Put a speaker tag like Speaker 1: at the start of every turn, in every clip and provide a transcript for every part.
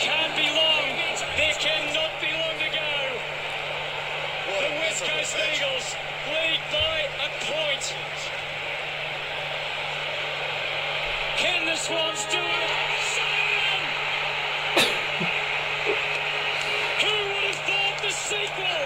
Speaker 1: can't be long. They cannot be long to go. The West Coast Eagles lead by a point. Can the Swans do it? Who would have thought the sequel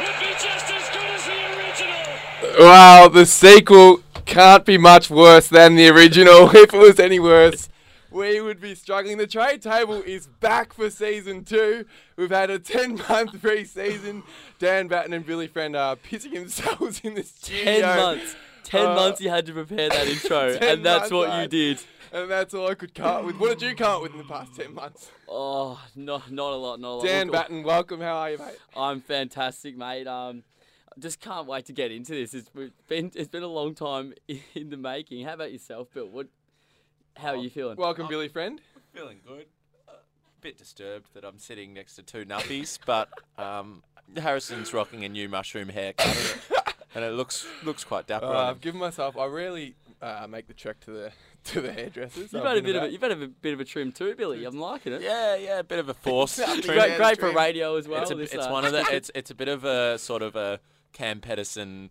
Speaker 1: would be just as good as the original?
Speaker 2: Wow, the sequel can't be much worse than the original. If it was any worse, we would be struggling. The trade table is back for season two. We've had a 10 month pre season. Dan Batten and Billy Friend are pissing themselves in the studio.
Speaker 3: Ten months. Ten
Speaker 2: Uh,
Speaker 3: months you had to prepare that intro,
Speaker 2: 10
Speaker 3: and that's what
Speaker 2: months,
Speaker 3: you
Speaker 2: mate.
Speaker 3: did.
Speaker 2: And that's all I could cut with. What did you cut with in the past 10 months?
Speaker 3: Oh, no, not a lot, not a lot.
Speaker 2: Dan
Speaker 3: Look,
Speaker 2: Batten, welcome. How are you, mate?
Speaker 3: I'm fantastic, mate. Um, I just can't wait to get into this. It's we've been it's been a long time in the making. How about yourself, Bill? What? How are
Speaker 2: Oh,
Speaker 3: you feeling?
Speaker 2: Welcome, Billy Friend.
Speaker 4: Feeling good. A bit disturbed that I'm sitting next to two nuppies, but um, Harrison's rocking a new mushroom haircut, and it looks looks quite dapper.
Speaker 2: Uh,
Speaker 4: on
Speaker 2: I've
Speaker 4: him.
Speaker 2: given myself. I rarely uh, make the trek to the to the hairdressers.
Speaker 3: you've
Speaker 2: I've
Speaker 3: had a
Speaker 2: been
Speaker 3: bit of a,
Speaker 2: about-
Speaker 3: you've had a bit of a trim too, Billy. I'm liking it.
Speaker 4: yeah, yeah, a bit of a force.
Speaker 2: Nothing
Speaker 4: trim.
Speaker 3: Great,
Speaker 2: Yeah,
Speaker 3: great for
Speaker 2: trim.
Speaker 3: radio as well.
Speaker 4: it's a,
Speaker 3: this,
Speaker 4: it's
Speaker 3: uh,
Speaker 4: one of the it's it's a bit of a sort of a Cam Pedersen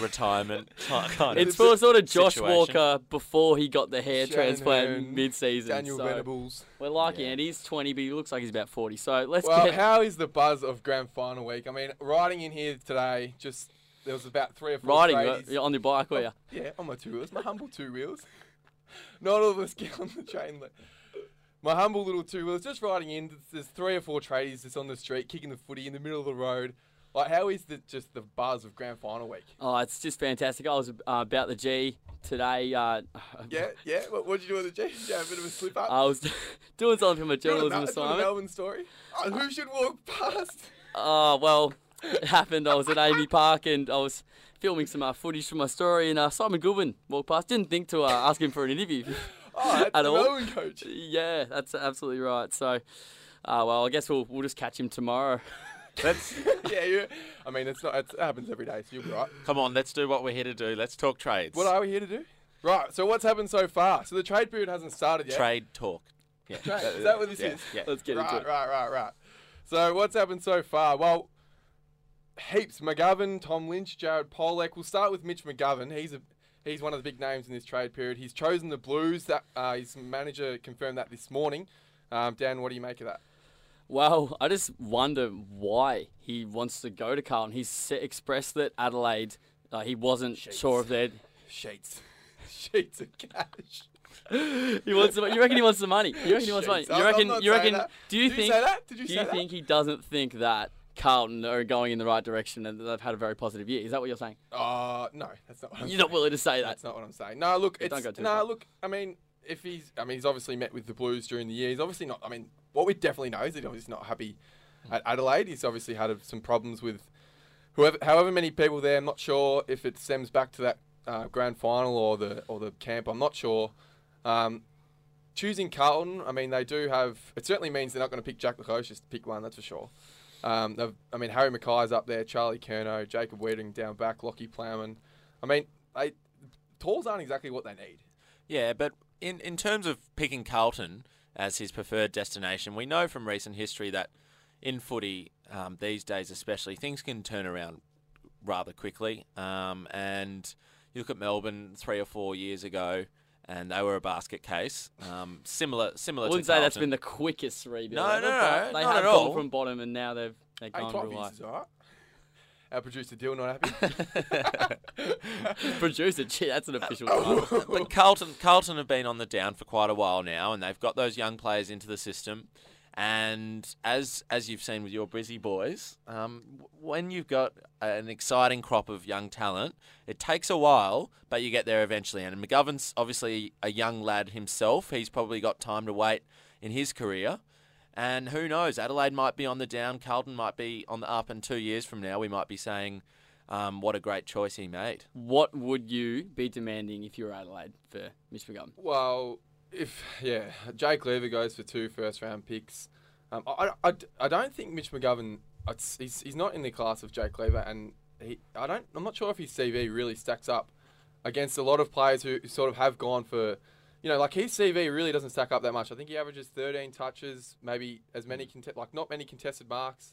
Speaker 4: retirement ki- kind
Speaker 3: It's
Speaker 4: of.
Speaker 3: for sort of Josh
Speaker 4: situation.
Speaker 3: Walker before he got the hair transplant
Speaker 2: Shannon,
Speaker 3: mid-season.
Speaker 2: Daniel
Speaker 3: so
Speaker 2: Venables.
Speaker 3: We're lucky,
Speaker 4: Yeah.
Speaker 3: and he's 20, but he looks like he's about 40. So let's
Speaker 2: Well,
Speaker 3: get.
Speaker 2: how is the buzz of grand final week? I mean, riding in here today, just there was about three or four
Speaker 3: Riding uh,
Speaker 2: tradies-
Speaker 3: you're on your bike,
Speaker 2: Oh.
Speaker 3: were you?
Speaker 2: yeah, on my two wheels, my humble two wheels. Not all of us get on the train. Like, my humble little two wheels, just riding in. th- There's three or four tradies just on the street, kicking the footy in the middle of the road. Like, how is the just the buzz of grand final week?
Speaker 3: Oh, it's just fantastic. I was uh, about the G today. Uh,
Speaker 2: Yeah, yeah. What would you do with the G? Did you have a bit of a slip up?
Speaker 3: I was doing something for my
Speaker 2: Do you wanna know- do
Speaker 3: journalism
Speaker 2: you wanna
Speaker 3: assignment.
Speaker 2: Melbourne story. Oh, who should walk past?
Speaker 3: Oh, well, it happened. I was at Amy Park and I was filming some uh, footage for my story, and uh, Simon Goodwin walked past. Didn't think to uh, ask him for an interview.
Speaker 2: Oh, that's
Speaker 3: At
Speaker 2: the
Speaker 3: all?
Speaker 2: Melbourne coach.
Speaker 3: yeah, that's absolutely right. So, uh, well, I guess we'll, we'll just catch him tomorrow.
Speaker 4: Let's
Speaker 2: yeah, you, I mean, it's not. It's, it happens every day, so you'll be right.
Speaker 4: come on. Let's do what we're here to do. Let's talk trades.
Speaker 2: What are we here to do? Right. So what's happened so far? So the trade period hasn't started yet.
Speaker 4: Trade talk. Yeah. Uh,
Speaker 2: Trade, is that what this
Speaker 4: yeah,
Speaker 2: is? Oh,
Speaker 4: Yeah.
Speaker 3: Let's get into
Speaker 2: Right,
Speaker 3: it.
Speaker 2: right, right, right. So what's happened so far? Well, heaps. McGovern, Tom Lynch, Jared Polek. We'll start with Mitch McGovern. He's a he's one of the big names in this trade period. He's chosen the Blues. That uh, his manager confirmed that this morning. Um, Dan, what do you make of that?
Speaker 3: Well, I just wonder why he wants to go to Carlton. He's se- expressed that Adelaide, uh, he wasn't sure of their.
Speaker 2: Sheets, sheets of cash.
Speaker 3: He wants. The, you reckon he wants the money? You reckon he wants money?
Speaker 2: Jeez, I'm-
Speaker 3: You
Speaker 2: I'm
Speaker 3: reckon?
Speaker 2: not
Speaker 3: You
Speaker 2: saying
Speaker 3: reckon?
Speaker 2: that.
Speaker 3: Do you
Speaker 2: Did you
Speaker 3: think?
Speaker 2: say that? Did you
Speaker 3: do
Speaker 2: say
Speaker 3: you
Speaker 2: that?
Speaker 3: think he doesn't think that Carlton are going in the right direction and that they've had a very positive year? Is that what you're saying?
Speaker 2: Uh, no, that's not. What I'm
Speaker 3: You're not willing to say that.
Speaker 2: That's not what I'm saying. No, look,
Speaker 3: Yeah,
Speaker 2: it's,
Speaker 3: don't go too
Speaker 2: no,
Speaker 3: far.
Speaker 2: look. I mean, if he's, I mean, he's obviously met with the Blues during the year. He's obviously not. I mean, what we definitely know is that he's obviously not happy at Adelaide. He's obviously had a, some problems with whoever, however many people there. I'm not sure if it stems back to that uh, grand final or the or the camp. I'm not sure. Um, choosing Carlton, I mean, they do have. It certainly means they're not going to pick Jack Lacroix. Just pick one, that's for sure. Um, they've- I mean, Harry Mackay's up there, Charlie Kerno, Jacob Weeding down back, Lockie Plowman. I mean, they Tools aren't exactly what they need.
Speaker 4: Yeah, but in, in terms of picking Carlton as his preferred destination, we know from recent history that in footy um, these days, especially, things can turn around rather quickly. Um, and you look at Melbourne three or four years ago, and they were a basket case, um, similar similar
Speaker 3: I wouldn't
Speaker 4: to
Speaker 3: say
Speaker 4: Carlton.
Speaker 3: that's been the quickest rebuild.
Speaker 4: No, no,
Speaker 3: But
Speaker 4: no,
Speaker 3: They
Speaker 4: not
Speaker 3: have
Speaker 4: at
Speaker 3: gone
Speaker 4: all.
Speaker 3: from bottom and now they've they've
Speaker 2: Hey,
Speaker 3: gone
Speaker 2: twelve
Speaker 3: real
Speaker 2: years
Speaker 3: high.
Speaker 2: is all right. Our producer Dill not happy.
Speaker 3: Producer, gee, that's an official title.
Speaker 4: but Carlton Carlton have been on the down for quite a while now, and they've got those young players into the system. And as as you've seen with your Brizzy boys, um, w- when you've got an exciting crop of young talent, it takes a while, but you get there eventually. And McGovern's obviously a young lad himself; he's probably got time to wait in his career. And who knows? Adelaide might be on the down. Carlton might be on the up. And two years from now, we might be saying, um, "What a great choice he made."
Speaker 3: what would you be demanding if you were Adelaide for Mitch McGovern?
Speaker 2: well, if yeah, Jake Lever goes for two first round picks. Um, I, I, I don't think Mitch McGovern. It's, he's, he's not in the class of Jake Lever, and he, I don't. I'm not sure if his CV really stacks up against a lot of players who sort of have gone for you know, like his CV really doesn't stack up that much. I think he averages 13 touches, maybe as many conte- like not many contested marks.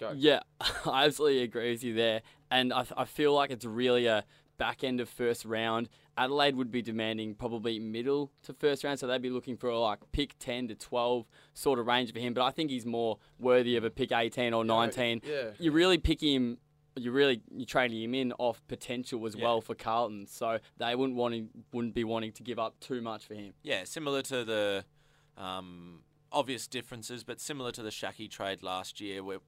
Speaker 2: Go.
Speaker 3: Yeah, I absolutely agree with you there. And I, th- I feel like it's really a back end of first round. Adelaide would be demanding probably middle to first round, so they'd be looking for like pick 10 to 12 sort of range for him. But I think he's more worthy of a pick 18 or 19.
Speaker 2: yeah.
Speaker 3: You really pick him. You really you're trading him in off potential as well for Carlton, so they wouldn't want him, wouldn't be wanting to give up too much for him.
Speaker 4: Yeah, similar to the um, obvious differences, but similar to the Shaki trade last year, where,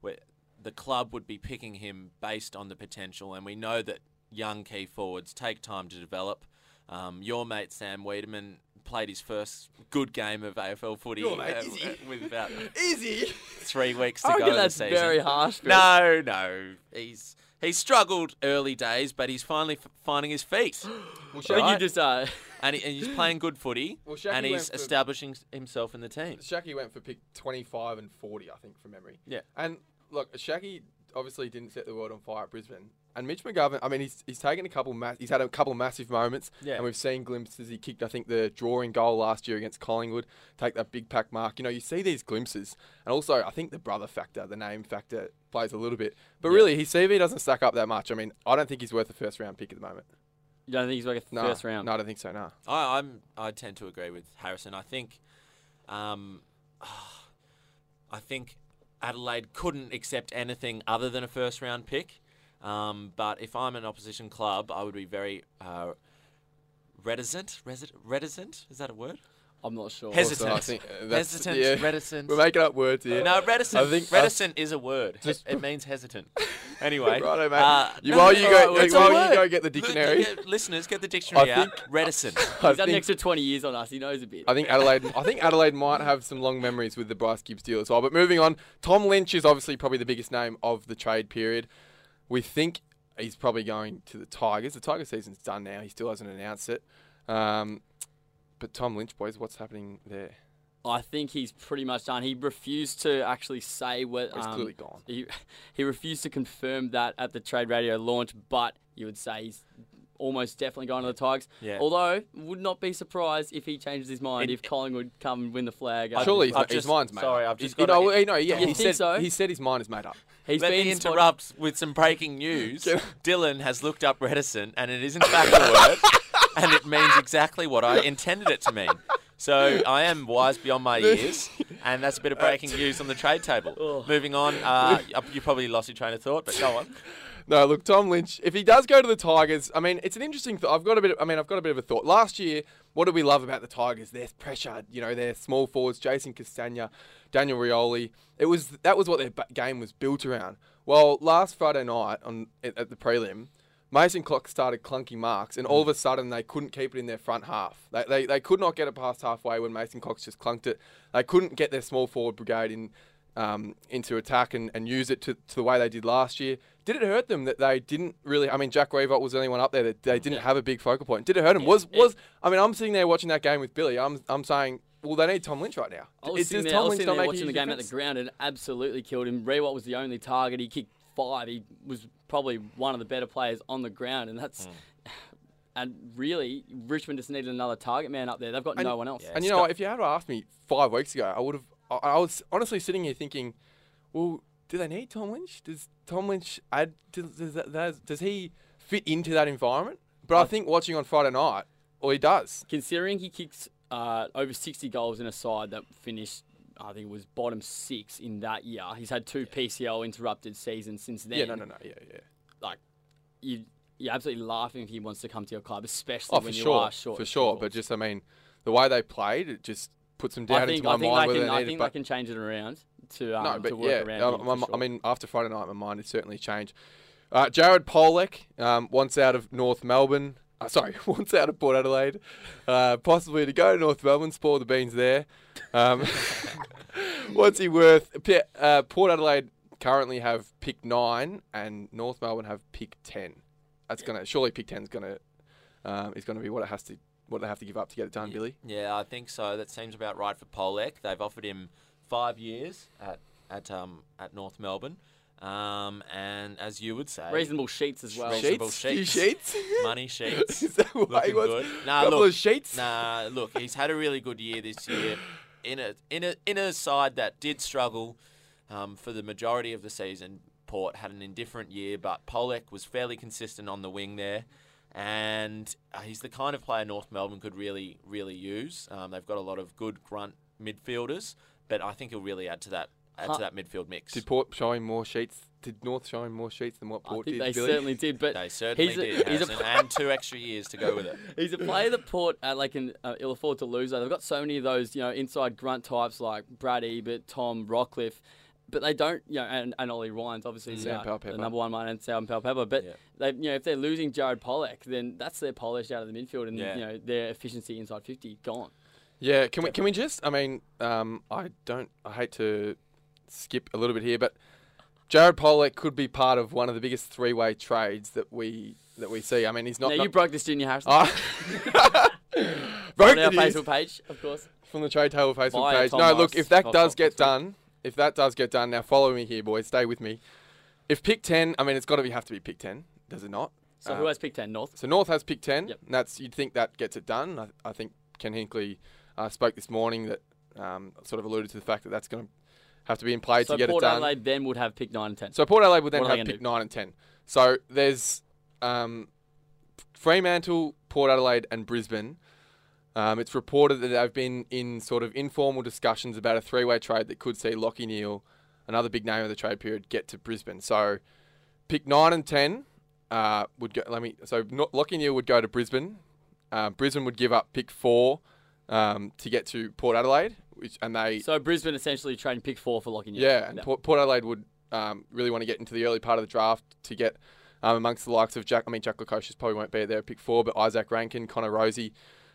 Speaker 4: where the club would be picking him based on the potential, and we know that young key forwards take time to develop. Um, your mate Sam Wiedemann played his first good game of AFL footy
Speaker 2: Your mate,
Speaker 4: uh,
Speaker 2: is he?
Speaker 4: with about
Speaker 2: Easy.
Speaker 4: three weeks to
Speaker 3: I
Speaker 4: go
Speaker 3: reckon
Speaker 4: of the
Speaker 3: that's
Speaker 4: season.
Speaker 3: very harsh. Bill.
Speaker 4: No, no, he's he's struggled early days, but he's finally f- finding his feet,
Speaker 2: Well,
Speaker 3: I think
Speaker 2: Shaggy
Speaker 4: Right.
Speaker 3: you just uh,
Speaker 4: and, he, and he's playing good footy,
Speaker 2: Well, Shaki
Speaker 4: and he's
Speaker 2: went for-
Speaker 4: establishing s- himself in the team.
Speaker 2: Shaki went for pick 25 and 40, I think, from memory.
Speaker 4: Yeah.
Speaker 2: And look, Shaki obviously didn't set the world on fire at Brisbane. And Mitch McGovern, I mean, he's he's taken a couple, ma- he's had a couple massive moments.
Speaker 4: Yeah.
Speaker 2: And we've seen glimpses. He kicked, I think, the drawing goal last year against Collingwood, take that big pack mark. You know, you see these glimpses. And also, I think the brother factor, the name factor, plays a little bit. But really, his CV doesn't stack up that much. I mean, I don't think he's worth a first round pick at the moment.
Speaker 3: you don't think he's like a
Speaker 2: No,
Speaker 3: first round?
Speaker 2: No, I don't think so. No.
Speaker 4: I, I'm I tend to agree with Harrison. I think, um, I think Adelaide couldn't accept anything other than a first round pick. Um, but if I'm an opposition club, I would be very uh, reticent. Resi- reticent is that a word?
Speaker 3: I'm not sure.
Speaker 4: Hesitant.
Speaker 2: I think, uh, that's-
Speaker 4: hesitant.
Speaker 2: yeah.
Speaker 4: Reticent.
Speaker 2: We're making up words here.
Speaker 4: no, reticent.
Speaker 2: I think- I-
Speaker 4: reticent is a word.
Speaker 2: Just-
Speaker 4: it means hesitant. Anyway,
Speaker 2: Righto, mate.
Speaker 4: uh,
Speaker 2: You-
Speaker 4: no,
Speaker 2: while
Speaker 4: no,
Speaker 2: you
Speaker 4: no,
Speaker 2: go-
Speaker 4: it's a
Speaker 2: while you
Speaker 4: word.
Speaker 2: go get the dictionary.
Speaker 4: Look, yeah, listeners, get the dictionary
Speaker 2: I
Speaker 4: out.
Speaker 2: think-
Speaker 4: Reticent.
Speaker 2: I
Speaker 3: He's done an
Speaker 2: think-
Speaker 3: extra 20 years on us. He knows a bit.
Speaker 2: I think Adelaide. I think Adelaide might have some long memories with the Bryce Gibbs deal as well. But moving on, Tom Lynch is obviously probably the biggest name of the trade period. We think he's probably going to the Tigers. The Tiger season's done now. He still hasn't announced it. Um, but Tom Lynch, boys, what's happening there?
Speaker 3: I think he's pretty much done. He refused to actually say what.
Speaker 2: He's
Speaker 3: um,
Speaker 2: clearly gone.
Speaker 3: He, he refused to confirm that at the trade radio launch, but you would say he's almost definitely going to the Tigers.
Speaker 4: Yeah.
Speaker 3: Although, would not be surprised if he changes his mind
Speaker 4: It-
Speaker 3: if Collingwood come and win the flag.
Speaker 2: Surely his,
Speaker 4: I've
Speaker 2: his
Speaker 4: just-
Speaker 2: mind's made
Speaker 4: sorry,
Speaker 2: up.
Speaker 4: I've just
Speaker 2: you
Speaker 4: got
Speaker 2: know,
Speaker 4: to-
Speaker 2: no, yeah,
Speaker 3: You
Speaker 2: he said
Speaker 3: think so?
Speaker 2: he said his mind is made up.
Speaker 3: he's
Speaker 4: Let
Speaker 3: been
Speaker 4: me
Speaker 3: spot-
Speaker 4: interrupt with some breaking news.
Speaker 2: Can-
Speaker 4: Dylan has looked up reticent, and it is in fact a word, and it means exactly what I intended it to mean. So I am wise beyond my years, and that's a bit of breaking news on the trade table.
Speaker 2: Oh.
Speaker 4: Moving on, uh, you probably lost your train of thought, but go on.
Speaker 2: No, look, Tom Lynch. If he does go to the Tigers, I mean, it's an interesting. Th- I've got a bit. Of, I mean, I've got a bit of a thought. Last year, what did we love about the Tigers? Their pressure, you know, their small forwards, Jason Castagna, Daniel Rioli. It was that was what their ba- game was built around. Well, last Friday night on at at the prelim, Mason Clock started clunky marks, and all of
Speaker 3: Mm.
Speaker 2: a sudden they couldn't keep it in their front half. They, they, they could not get it past halfway when Mason Cox just clunked it. They couldn't get their small forward brigade in um, into attack and, and use it to, to the way they did last year. Did it hurt them that they didn't really? I mean, Jack Revot was the only one up there that they didn't have a big focal point. Did it hurt them? Was was? I mean, I'm sitting there watching that game with Billy. I'm I'm saying, well, they need Tom Lynch right now.
Speaker 3: I was
Speaker 2: Is-
Speaker 3: sitting
Speaker 2: does
Speaker 3: there, I
Speaker 2: Tom
Speaker 3: was
Speaker 2: Lynch
Speaker 3: sitting
Speaker 2: not
Speaker 3: there
Speaker 2: make a
Speaker 3: watching the
Speaker 2: huge
Speaker 3: game at the
Speaker 2: difference?
Speaker 3: ground and absolutely killed him. Rewalt was the only target. He kicked five. He was probably one of the better players on the ground, and that's.
Speaker 2: Hmm.
Speaker 3: And really, Richmond just needed another target man up there. They've got no one else.
Speaker 2: And you know, what, if you had asked me five weeks ago, I would have. I, I was honestly sitting here thinking, well, do they need Tom Lynch? Does Tom Lynch add? Does does, that, does, does he fit into that environment? But I think watching on Friday night, well, he does.
Speaker 3: Considering he kicks uh, over 60 goals in a side that finished, I think it was bottom six in that year. He's had two PCL interrupted seasons since then.
Speaker 2: Yeah, no, no, no, yeah, yeah.
Speaker 3: Like, you, you're absolutely laughing if he wants to come to your club, especially
Speaker 2: Oh,
Speaker 3: when
Speaker 2: for
Speaker 3: you
Speaker 2: sure,
Speaker 3: are short.
Speaker 2: for
Speaker 3: of
Speaker 2: sure.
Speaker 3: goals.
Speaker 2: But just, I mean, the way they played, it just puts them down
Speaker 3: I think,
Speaker 2: into my
Speaker 3: I think,
Speaker 2: mind
Speaker 3: they,
Speaker 2: whether
Speaker 3: can,
Speaker 2: they
Speaker 3: I
Speaker 2: need it.
Speaker 3: think
Speaker 2: But
Speaker 3: they can change it around to, um,
Speaker 2: no,
Speaker 3: to
Speaker 2: but
Speaker 3: work
Speaker 2: yeah,
Speaker 3: around.
Speaker 2: I,
Speaker 3: him for
Speaker 2: my- I
Speaker 3: sure.
Speaker 2: mean, after Friday night, my mind has certainly changed. Uh, Jared Polek, um, once out of North Melbourne, uh, sorry, once out of Port Adelaide, uh, possibly to go to North Melbourne, spoil the beans there. Um, what's he worth? P- uh, Port Adelaide currently have pick nine, and North Melbourne have pick ten. That's gonna surely pick ten's gonna um, is gonna be what it has to what they have to give up to get it done, Billy.
Speaker 4: Yeah, I think so. That seems about right for Polek. They've offered him five years at at um, at North Melbourne, Um, and as you would say,
Speaker 3: Reasonable sheets as well.
Speaker 4: Reasonable
Speaker 2: Sheets? Few
Speaker 4: sheets.
Speaker 2: sheets?
Speaker 4: money sheets.
Speaker 2: Is that what he
Speaker 4: Looking
Speaker 2: was?
Speaker 4: good. Nah,
Speaker 2: Couple
Speaker 4: look,
Speaker 2: of sheets?
Speaker 4: Nah, look, he's had a really good year this year in a in a in a side that did struggle um, for the majority of the season. Port had an indifferent year, but Polek was fairly consistent on the wing there, and uh, he's the kind of player North Melbourne could really really use. Um, they've got a lot of good grunt midfielders, but I think he'll really add to that add
Speaker 3: Huh.
Speaker 4: to that midfield mix.
Speaker 2: Did Port show him more sheets? Did North show him more sheets than what
Speaker 3: I
Speaker 2: Port
Speaker 3: think
Speaker 2: did?
Speaker 3: they
Speaker 2: Billy?
Speaker 3: certainly did, but
Speaker 4: They certainly
Speaker 3: he's a,
Speaker 4: did,
Speaker 3: he's a
Speaker 4: Harrison, and two extra years to go with it.
Speaker 3: He's a player that Port Adelaide can uh, ill afford to lose. Though. They've got so many of those, you know, inside grunt types like Brad Ebert, Tom Rockcliffe, but they don't, you know, and, and Ollie Ryan's obviously
Speaker 2: Mm. Sam
Speaker 3: uh, the
Speaker 2: Palpepper.
Speaker 3: number one man and Sam Palpepper. But
Speaker 4: Yeah.
Speaker 3: they, you know, if they're losing Jared Pollack, then that's their polish out of the midfield, and
Speaker 4: Yeah.
Speaker 3: you know, their efficiency inside fifty gone.
Speaker 2: Yeah, can we can we just? I mean, um, I don't. I hate to skip a little bit here, but Jared Pollock could be part of one of the biggest three-way trades that we that we see. I mean, he's not.
Speaker 3: now
Speaker 2: not
Speaker 3: you broke this, didn't you, Harrison?
Speaker 2: I
Speaker 3: on
Speaker 2: broke the
Speaker 3: our
Speaker 2: news
Speaker 3: Facebook page, of course.
Speaker 2: from the trade table Facebook
Speaker 3: Via
Speaker 2: page.
Speaker 3: Tom
Speaker 2: No, look,
Speaker 3: Mark's
Speaker 2: if that
Speaker 3: dot
Speaker 2: does
Speaker 3: com
Speaker 2: get
Speaker 3: this week.
Speaker 2: done, if that does get done, now follow me here, boys. Stay with me. If pick ten, I mean, it's got to be have to be pick ten, does it not?
Speaker 3: So
Speaker 2: Uh,
Speaker 3: who has picked ten? North.
Speaker 2: So North has pick ten.
Speaker 3: Yep.
Speaker 2: And that's you'd think that gets it done. I, I think Ken Hinkley uh, spoke this morning that um, sort of alluded to the fact that that's going to have to be in play
Speaker 3: So
Speaker 2: to get
Speaker 3: Port
Speaker 2: it done.
Speaker 3: Adelaide then would have picked nine and ten.
Speaker 2: So Port Adelaide would then
Speaker 3: What are they
Speaker 2: have
Speaker 3: gonna
Speaker 2: pick
Speaker 3: do?
Speaker 2: nine and ten. So there's um, Fremantle, Port Adelaide, and Brisbane. Um, it's reported that they've been in sort of informal discussions about a three-way trade that could see Lockie Neal, another big name of the trade period, get to Brisbane. So pick nine and ten uh, would go. Let me. So not, Lockie Neal would go to Brisbane. Uh, Brisbane would give up pick four um, to get to Port Adelaide, which and they
Speaker 3: So Brisbane essentially trading pick four for locking
Speaker 2: yeah, and Port, Port Adelaide would um, really want to get into the early part of the draft to get um, amongst the likes of Jack. I mean, Jack Lukosius probably won't be there at pick four, but Isaac Rankin, Connor Rosie.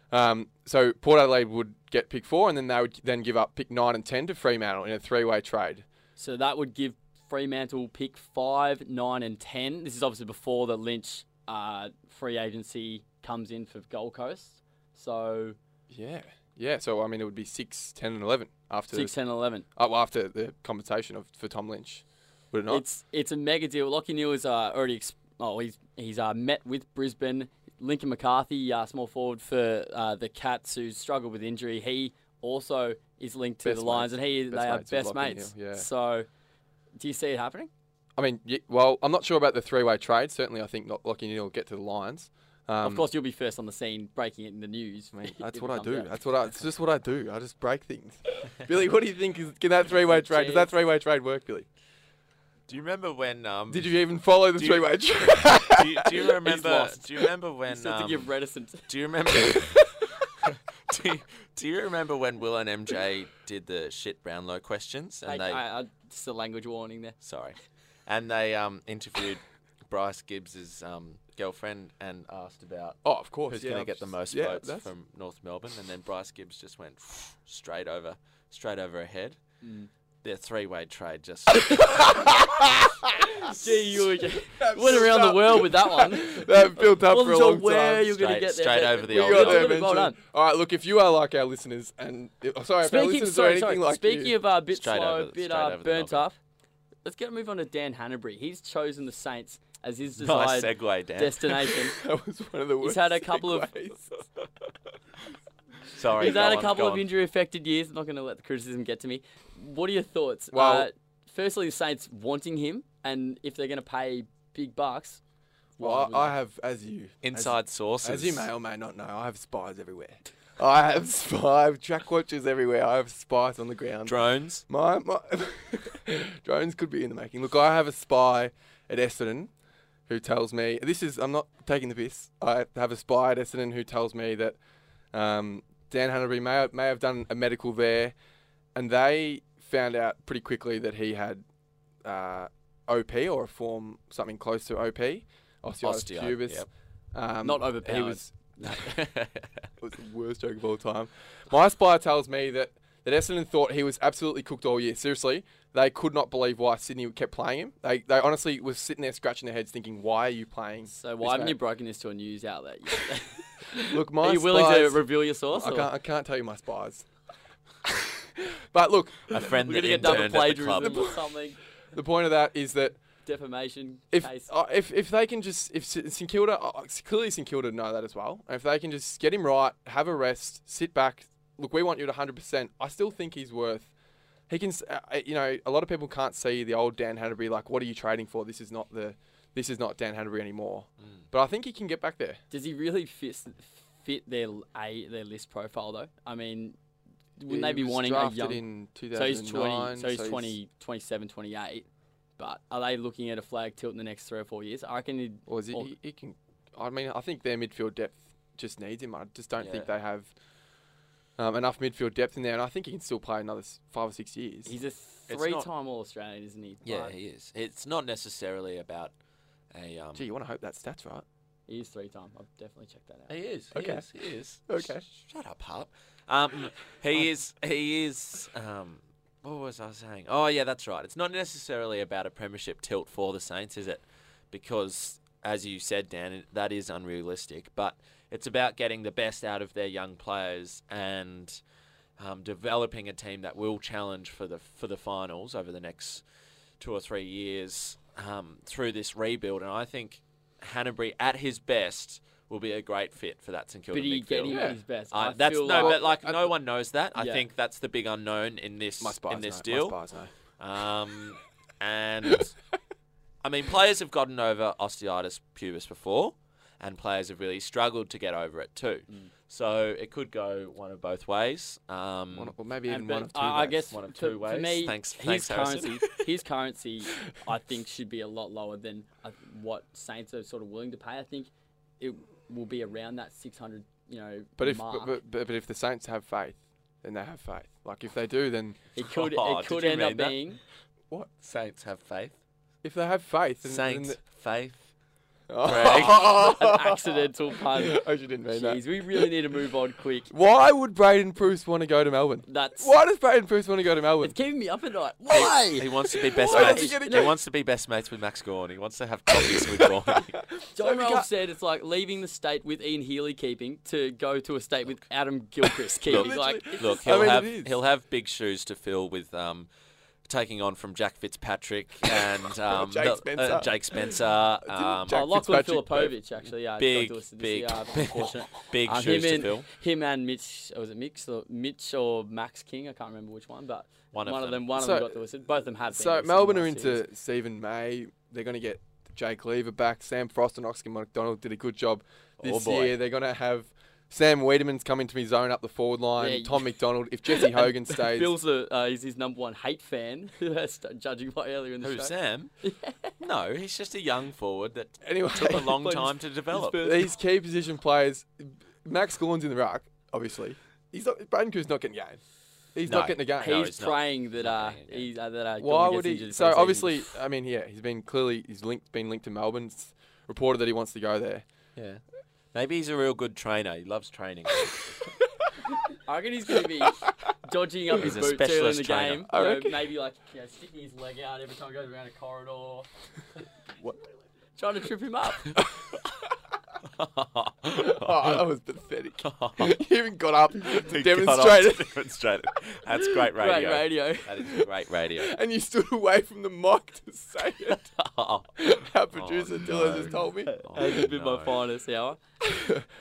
Speaker 2: Um, so Port Adelaide would get pick four, and then they would then give up pick nine and ten to Fremantle in a three-way trade.
Speaker 3: So that would give Fremantle pick five, nine, and ten. This is obviously before the Lynch uh, free agency comes in for Gold Coast. So
Speaker 2: Yeah, yeah. So I mean, it would be six, ten, and eleven after
Speaker 3: six, ten, and eleven.
Speaker 2: oh, well, after the compensation of for Tom Lynch, would it not?
Speaker 3: It's it's a mega deal. Lockie Neal is uh, already ex- oh he's he's uh, met with Brisbane. Lincoln McCarthy, uh, small forward for uh, the Cats, who's struggled with injury. He also is linked to
Speaker 2: Best
Speaker 3: the Lions,
Speaker 2: mates.
Speaker 3: and he
Speaker 2: Best
Speaker 3: they are
Speaker 2: mates with
Speaker 3: best
Speaker 2: Lachlan
Speaker 3: mates.
Speaker 2: Neal, yeah.
Speaker 3: So, do you see it happening?
Speaker 2: I mean, ye- well, I'm not sure about the three-way trade. Certainly, I think not Lockie Neal will get to the Lions. Um,
Speaker 3: of course, you'll be first on the scene, breaking it in the news.
Speaker 2: Mate,
Speaker 3: if
Speaker 2: that's
Speaker 3: it
Speaker 2: what I
Speaker 3: comes
Speaker 2: do.
Speaker 3: out.
Speaker 2: That's what I. It's just what I do. I just break things. Billy, what do you think? Is, can that three-way trade? Does that
Speaker 3: Jeez.
Speaker 2: three-way trade work, Billy?
Speaker 4: Do you remember when? Um,
Speaker 2: Did you even follow the
Speaker 4: Do you-
Speaker 2: three-way trade?
Speaker 4: do you, do you remember?
Speaker 3: lost.
Speaker 4: Do you remember when?
Speaker 3: Still to
Speaker 4: um,
Speaker 3: give reticence.
Speaker 4: Do you remember? do, you, do you remember when Will and MJ did the shit Brownlow questions and
Speaker 3: Like,
Speaker 4: they
Speaker 3: I, I, just a language warning there.
Speaker 4: sorry, and they um interviewed Bryce Gibbs's um girlfriend and asked about
Speaker 2: oh, of course.
Speaker 4: who's
Speaker 2: yeah,
Speaker 4: going to
Speaker 2: I'm
Speaker 4: get the
Speaker 2: just-
Speaker 4: most
Speaker 2: yeah,
Speaker 4: votes
Speaker 2: that's-
Speaker 4: from North Melbourne, and then Bryce Gibbs just went straight over, straight over ahead.
Speaker 3: Mm.
Speaker 4: Their three-way trade just
Speaker 3: Gee, you were just-
Speaker 2: That
Speaker 3: went around
Speaker 2: built
Speaker 3: the
Speaker 2: up-
Speaker 3: world with that one.
Speaker 2: That built up for
Speaker 3: Wasn't
Speaker 2: a
Speaker 3: sure
Speaker 2: long
Speaker 3: where
Speaker 2: time.
Speaker 3: you were going to
Speaker 4: Straight-
Speaker 3: get there.
Speaker 4: straight
Speaker 3: but
Speaker 4: over the
Speaker 2: We
Speaker 3: you
Speaker 4: old
Speaker 3: got
Speaker 4: dog.
Speaker 3: there
Speaker 2: there
Speaker 3: Well done.
Speaker 2: eventually. All right, look, if you are like our listeners, and oh, sorry, if our
Speaker 3: Speaking,
Speaker 2: listeners are
Speaker 3: sorry,
Speaker 2: anything
Speaker 3: sorry.
Speaker 2: like
Speaker 3: speaking
Speaker 2: you,
Speaker 3: of uh, bit
Speaker 4: Straight
Speaker 3: slow,
Speaker 4: over the-
Speaker 3: bit
Speaker 4: straight
Speaker 3: uh,
Speaker 4: over the
Speaker 3: burnt
Speaker 4: knob.
Speaker 3: up, let's get a move on to Dan Hannanbury. He's chosen the Saints as his
Speaker 4: nice
Speaker 3: desired
Speaker 4: segue, Dan.
Speaker 3: destination.
Speaker 2: that was one of the worst.
Speaker 3: He's had a couple of-
Speaker 2: of.
Speaker 4: sorry,
Speaker 3: He's
Speaker 4: go
Speaker 3: had
Speaker 4: on,
Speaker 3: a couple
Speaker 4: go
Speaker 3: of
Speaker 4: on.
Speaker 3: injury affected years. I'm not going to let the criticism get to me. What are your thoughts?
Speaker 2: Well-
Speaker 3: uh, firstly, the Saints wanting him, and if they're going to pay big bucks,
Speaker 2: Well, I I have, as you
Speaker 4: inside sources.
Speaker 2: As you may or may not know, I have spies everywhere. I have spy, I have track watchers everywhere. I have spies on the ground.
Speaker 4: drones.
Speaker 2: my, my drones could be in the making. Look, I have a spy at Essendon who tells me this is. I'm not taking the piss. I have a spy at Essendon who tells me that um, Dan Hanbury may have, may have done a medical there, and they found out pretty quickly that he had uh, OP or a form something close to OP, osteoarthritis
Speaker 4: Osteo,
Speaker 2: pubis.
Speaker 4: yep.
Speaker 2: Um,
Speaker 3: Not overpowered.
Speaker 2: He was it was the worst joke of all time. My spy tells me that, that Essendon thought he was absolutely cooked all year. Seriously, they could not believe why Sydney kept playing him. They, they honestly was sitting there scratching their heads thinking, why are you playing?
Speaker 3: So
Speaker 2: this
Speaker 3: why haven't
Speaker 2: man?"
Speaker 3: you broken this to a news outlet? yet?
Speaker 2: Look, my
Speaker 3: Are you willing
Speaker 2: spies,
Speaker 3: to reveal your source?
Speaker 2: I
Speaker 3: or-
Speaker 2: can't, I can't tell you my spies. but look,
Speaker 4: a friend
Speaker 3: We're
Speaker 4: that
Speaker 3: gonna get double
Speaker 4: interned at the
Speaker 3: plagiarism
Speaker 4: club.
Speaker 3: or something.
Speaker 2: the point of that is that
Speaker 3: Defamation
Speaker 2: if
Speaker 3: case.
Speaker 2: uh, if if they can just if S- St Kilda uh, clearly St Kilda know that as well, and if they can just get him right, have a rest, sit back. Look, we want you to 100%. I still think he's worth. He can, s- uh, uh, you know, a lot of people can't see the old Dan Hanbury. Like, what are you trading for? This is not the, this is not Dan Hanbury anymore. But I think he can get back there.
Speaker 3: Does he really fit fit their l- a their list profile though? I mean, wouldn't
Speaker 2: He
Speaker 3: they be
Speaker 2: was
Speaker 3: wanting a
Speaker 2: drafted
Speaker 3: young?
Speaker 2: in
Speaker 3: so he's
Speaker 2: 2009,
Speaker 3: 20, so he's 20, 27, 28. But are they looking at a flag tilt in the next three or four years? I reckon. he'd-
Speaker 2: Or is it,
Speaker 3: or-
Speaker 2: he, he can? I mean, I think their midfield depth just needs him. I just don't think they have um, enough midfield depth in there, and I think he can still play another s- five or six years.
Speaker 3: He's a three-time All-Australian, isn't he?
Speaker 4: Yeah,
Speaker 3: Like,
Speaker 4: he is. It's not necessarily about a. Um,
Speaker 2: Gee, you want to hope that stats right?
Speaker 3: he is three-time. I've definitely checked that out.
Speaker 4: He is. He
Speaker 2: Okay.
Speaker 4: is. He is.
Speaker 2: Okay.
Speaker 4: Sh- shut up, Harp. Um, he is. He is. Um, what was I saying? Oh yeah, that's right. It's not necessarily about a premiership tilt for the Saints, is it? Because as you said, Dan, it- that is unrealistic. But it's about getting the best out of their young players and um, developing a team that will challenge for the for the finals over the next two or three years um, through this rebuild. And I think Hanbury, at his best, will be a great fit for that St Kilda
Speaker 3: But he
Speaker 4: midfield.
Speaker 3: get him
Speaker 2: Yeah.
Speaker 3: at his best.
Speaker 4: Uh,
Speaker 3: I
Speaker 4: that's no,
Speaker 3: feel like-
Speaker 4: but like
Speaker 2: I-
Speaker 4: no one knows that. I
Speaker 3: Yeah.
Speaker 4: think that's the big unknown in this
Speaker 2: My spies
Speaker 4: in this
Speaker 2: know.
Speaker 4: deal.
Speaker 2: My spies know.
Speaker 4: Um, and I mean, players have gotten over osteitis pubis before, and players have really struggled to get over it too. So it could go one of both ways. Um,
Speaker 2: One, or maybe
Speaker 3: Hmm. And
Speaker 2: even
Speaker 3: but
Speaker 2: one of two.
Speaker 3: I, I
Speaker 2: ways.
Speaker 3: guess
Speaker 4: One of
Speaker 3: for-
Speaker 4: two
Speaker 3: for
Speaker 4: ways.
Speaker 3: me,
Speaker 4: Thanks-
Speaker 3: his
Speaker 4: thanks, Harrison.
Speaker 3: currency, his currency, I think should be a lot lower than uh, what Saints are sort of willing to pay. I think it will be around that six hundred, you know,
Speaker 2: But if
Speaker 3: mark.
Speaker 2: but, but, but if the Saints have faith, then they have faith. Like if they do, then
Speaker 3: it could
Speaker 4: Oh,
Speaker 3: it
Speaker 4: did
Speaker 3: could
Speaker 4: you
Speaker 3: end up
Speaker 4: read that?
Speaker 3: being
Speaker 4: Saints have faith.
Speaker 2: if they have faith, then, then
Speaker 4: Saints
Speaker 2: the-
Speaker 4: faith.
Speaker 3: an accidental pun.
Speaker 2: oh, you didn't mean
Speaker 3: Jeez,
Speaker 2: that.
Speaker 3: we really need to move on quick.
Speaker 2: Why would Braden Bruce want to go to Melbourne?
Speaker 3: That's
Speaker 2: Why does Braden Bruce want to go to Melbourne?
Speaker 3: it's keeping me up at night. Why?
Speaker 4: He wants to be best
Speaker 2: Why does
Speaker 4: mates.
Speaker 2: he get a
Speaker 4: He
Speaker 2: kick?
Speaker 4: wants to be best mates with Max Gorn. He wants to have coffees with Gorn.
Speaker 3: John
Speaker 2: we
Speaker 3: Ralph
Speaker 2: can't-
Speaker 3: said it's like leaving the state with Ian Healy keeping to go to a state with Adam Gilchrist keeping. like
Speaker 2: Literally.
Speaker 4: Look,
Speaker 2: I
Speaker 4: he'll
Speaker 2: mean, it
Speaker 4: have
Speaker 2: is.
Speaker 4: he'll have big shoes to fill with um, taking on from Jack Fitzpatrick and um,
Speaker 2: Jake
Speaker 4: the- uh,
Speaker 2: Spencer.
Speaker 4: Jake Spencer, um,
Speaker 2: Jack-
Speaker 3: Oh, Lachlan
Speaker 2: Fitzpatrick,
Speaker 3: Filipovic, actually, yeah,
Speaker 4: big,
Speaker 3: got to us this
Speaker 4: big,
Speaker 3: year, after unfortunate.
Speaker 4: big
Speaker 3: Um,
Speaker 4: shoes
Speaker 3: him,
Speaker 4: to
Speaker 3: and,
Speaker 4: fill.
Speaker 3: him and Mitch, oh, was it Mitch or, Mitch or Max King? I can't remember which one, but
Speaker 4: One of them.
Speaker 3: one
Speaker 2: So-
Speaker 3: of them got listed. Both of them had. been
Speaker 2: So
Speaker 3: listed
Speaker 2: Melbourne are
Speaker 3: last year.
Speaker 2: into Stephen May. They're going to get Jake Lever back. Sam Frost and Oxkin McDonald did a good job
Speaker 4: Oh,
Speaker 2: this
Speaker 4: boy.
Speaker 2: year. They're going to have Sam Wiedemann's coming to me zone up the forward line.
Speaker 3: Yeah,
Speaker 2: Tom
Speaker 3: you-
Speaker 2: McDonald. If Jesse Hogan stays,
Speaker 3: Bill's the, uh, he's his number one hate fan, st- judging by earlier in the
Speaker 4: Who
Speaker 3: show.
Speaker 4: Sam? no, he's just a young forward that
Speaker 2: anyway,
Speaker 4: took a long
Speaker 3: But his-
Speaker 4: time to develop.
Speaker 3: first-
Speaker 2: these key position players. Max Gorn's in the ruck, obviously. He's not. Braden Crew's not getting games. He's
Speaker 4: No,
Speaker 2: not getting a game.
Speaker 4: No, he's
Speaker 3: he's
Speaker 4: not.
Speaker 3: praying that uh,
Speaker 4: getting it, yeah.
Speaker 3: he's, uh, that uh,
Speaker 2: Why
Speaker 3: Gorman
Speaker 2: would
Speaker 3: gets
Speaker 2: he?
Speaker 3: injured
Speaker 2: So
Speaker 3: preseason.
Speaker 2: obviously, I mean, yeah, he's been clearly he's linked, been linked to Melbourne. It's reported that he wants to go there.
Speaker 4: Yeah. Maybe he's a real good trainer. He loves training.
Speaker 3: I reckon he's going to be dodging up
Speaker 4: He's
Speaker 3: his
Speaker 4: a
Speaker 3: boot too in
Speaker 4: specialist
Speaker 3: the
Speaker 4: trainer.
Speaker 3: game.
Speaker 2: I
Speaker 3: You know,
Speaker 2: reckon.
Speaker 3: maybe like you know, sticking his leg out every time he goes around a corridor.
Speaker 2: What?
Speaker 3: Trying to trip him up.
Speaker 2: Oh, that was pathetic.
Speaker 4: Oh.
Speaker 2: he even got up, demonstrated,
Speaker 4: Demonstrated. That's great
Speaker 3: Great
Speaker 4: radio.
Speaker 3: radio.
Speaker 4: That is great radio.
Speaker 2: and you stood away from the mic to say it.
Speaker 4: Oh,
Speaker 2: Our producer Dylan
Speaker 4: no. Oh.
Speaker 2: just told me.
Speaker 3: That's been
Speaker 4: no.
Speaker 3: my finest hour.
Speaker 4: Oh,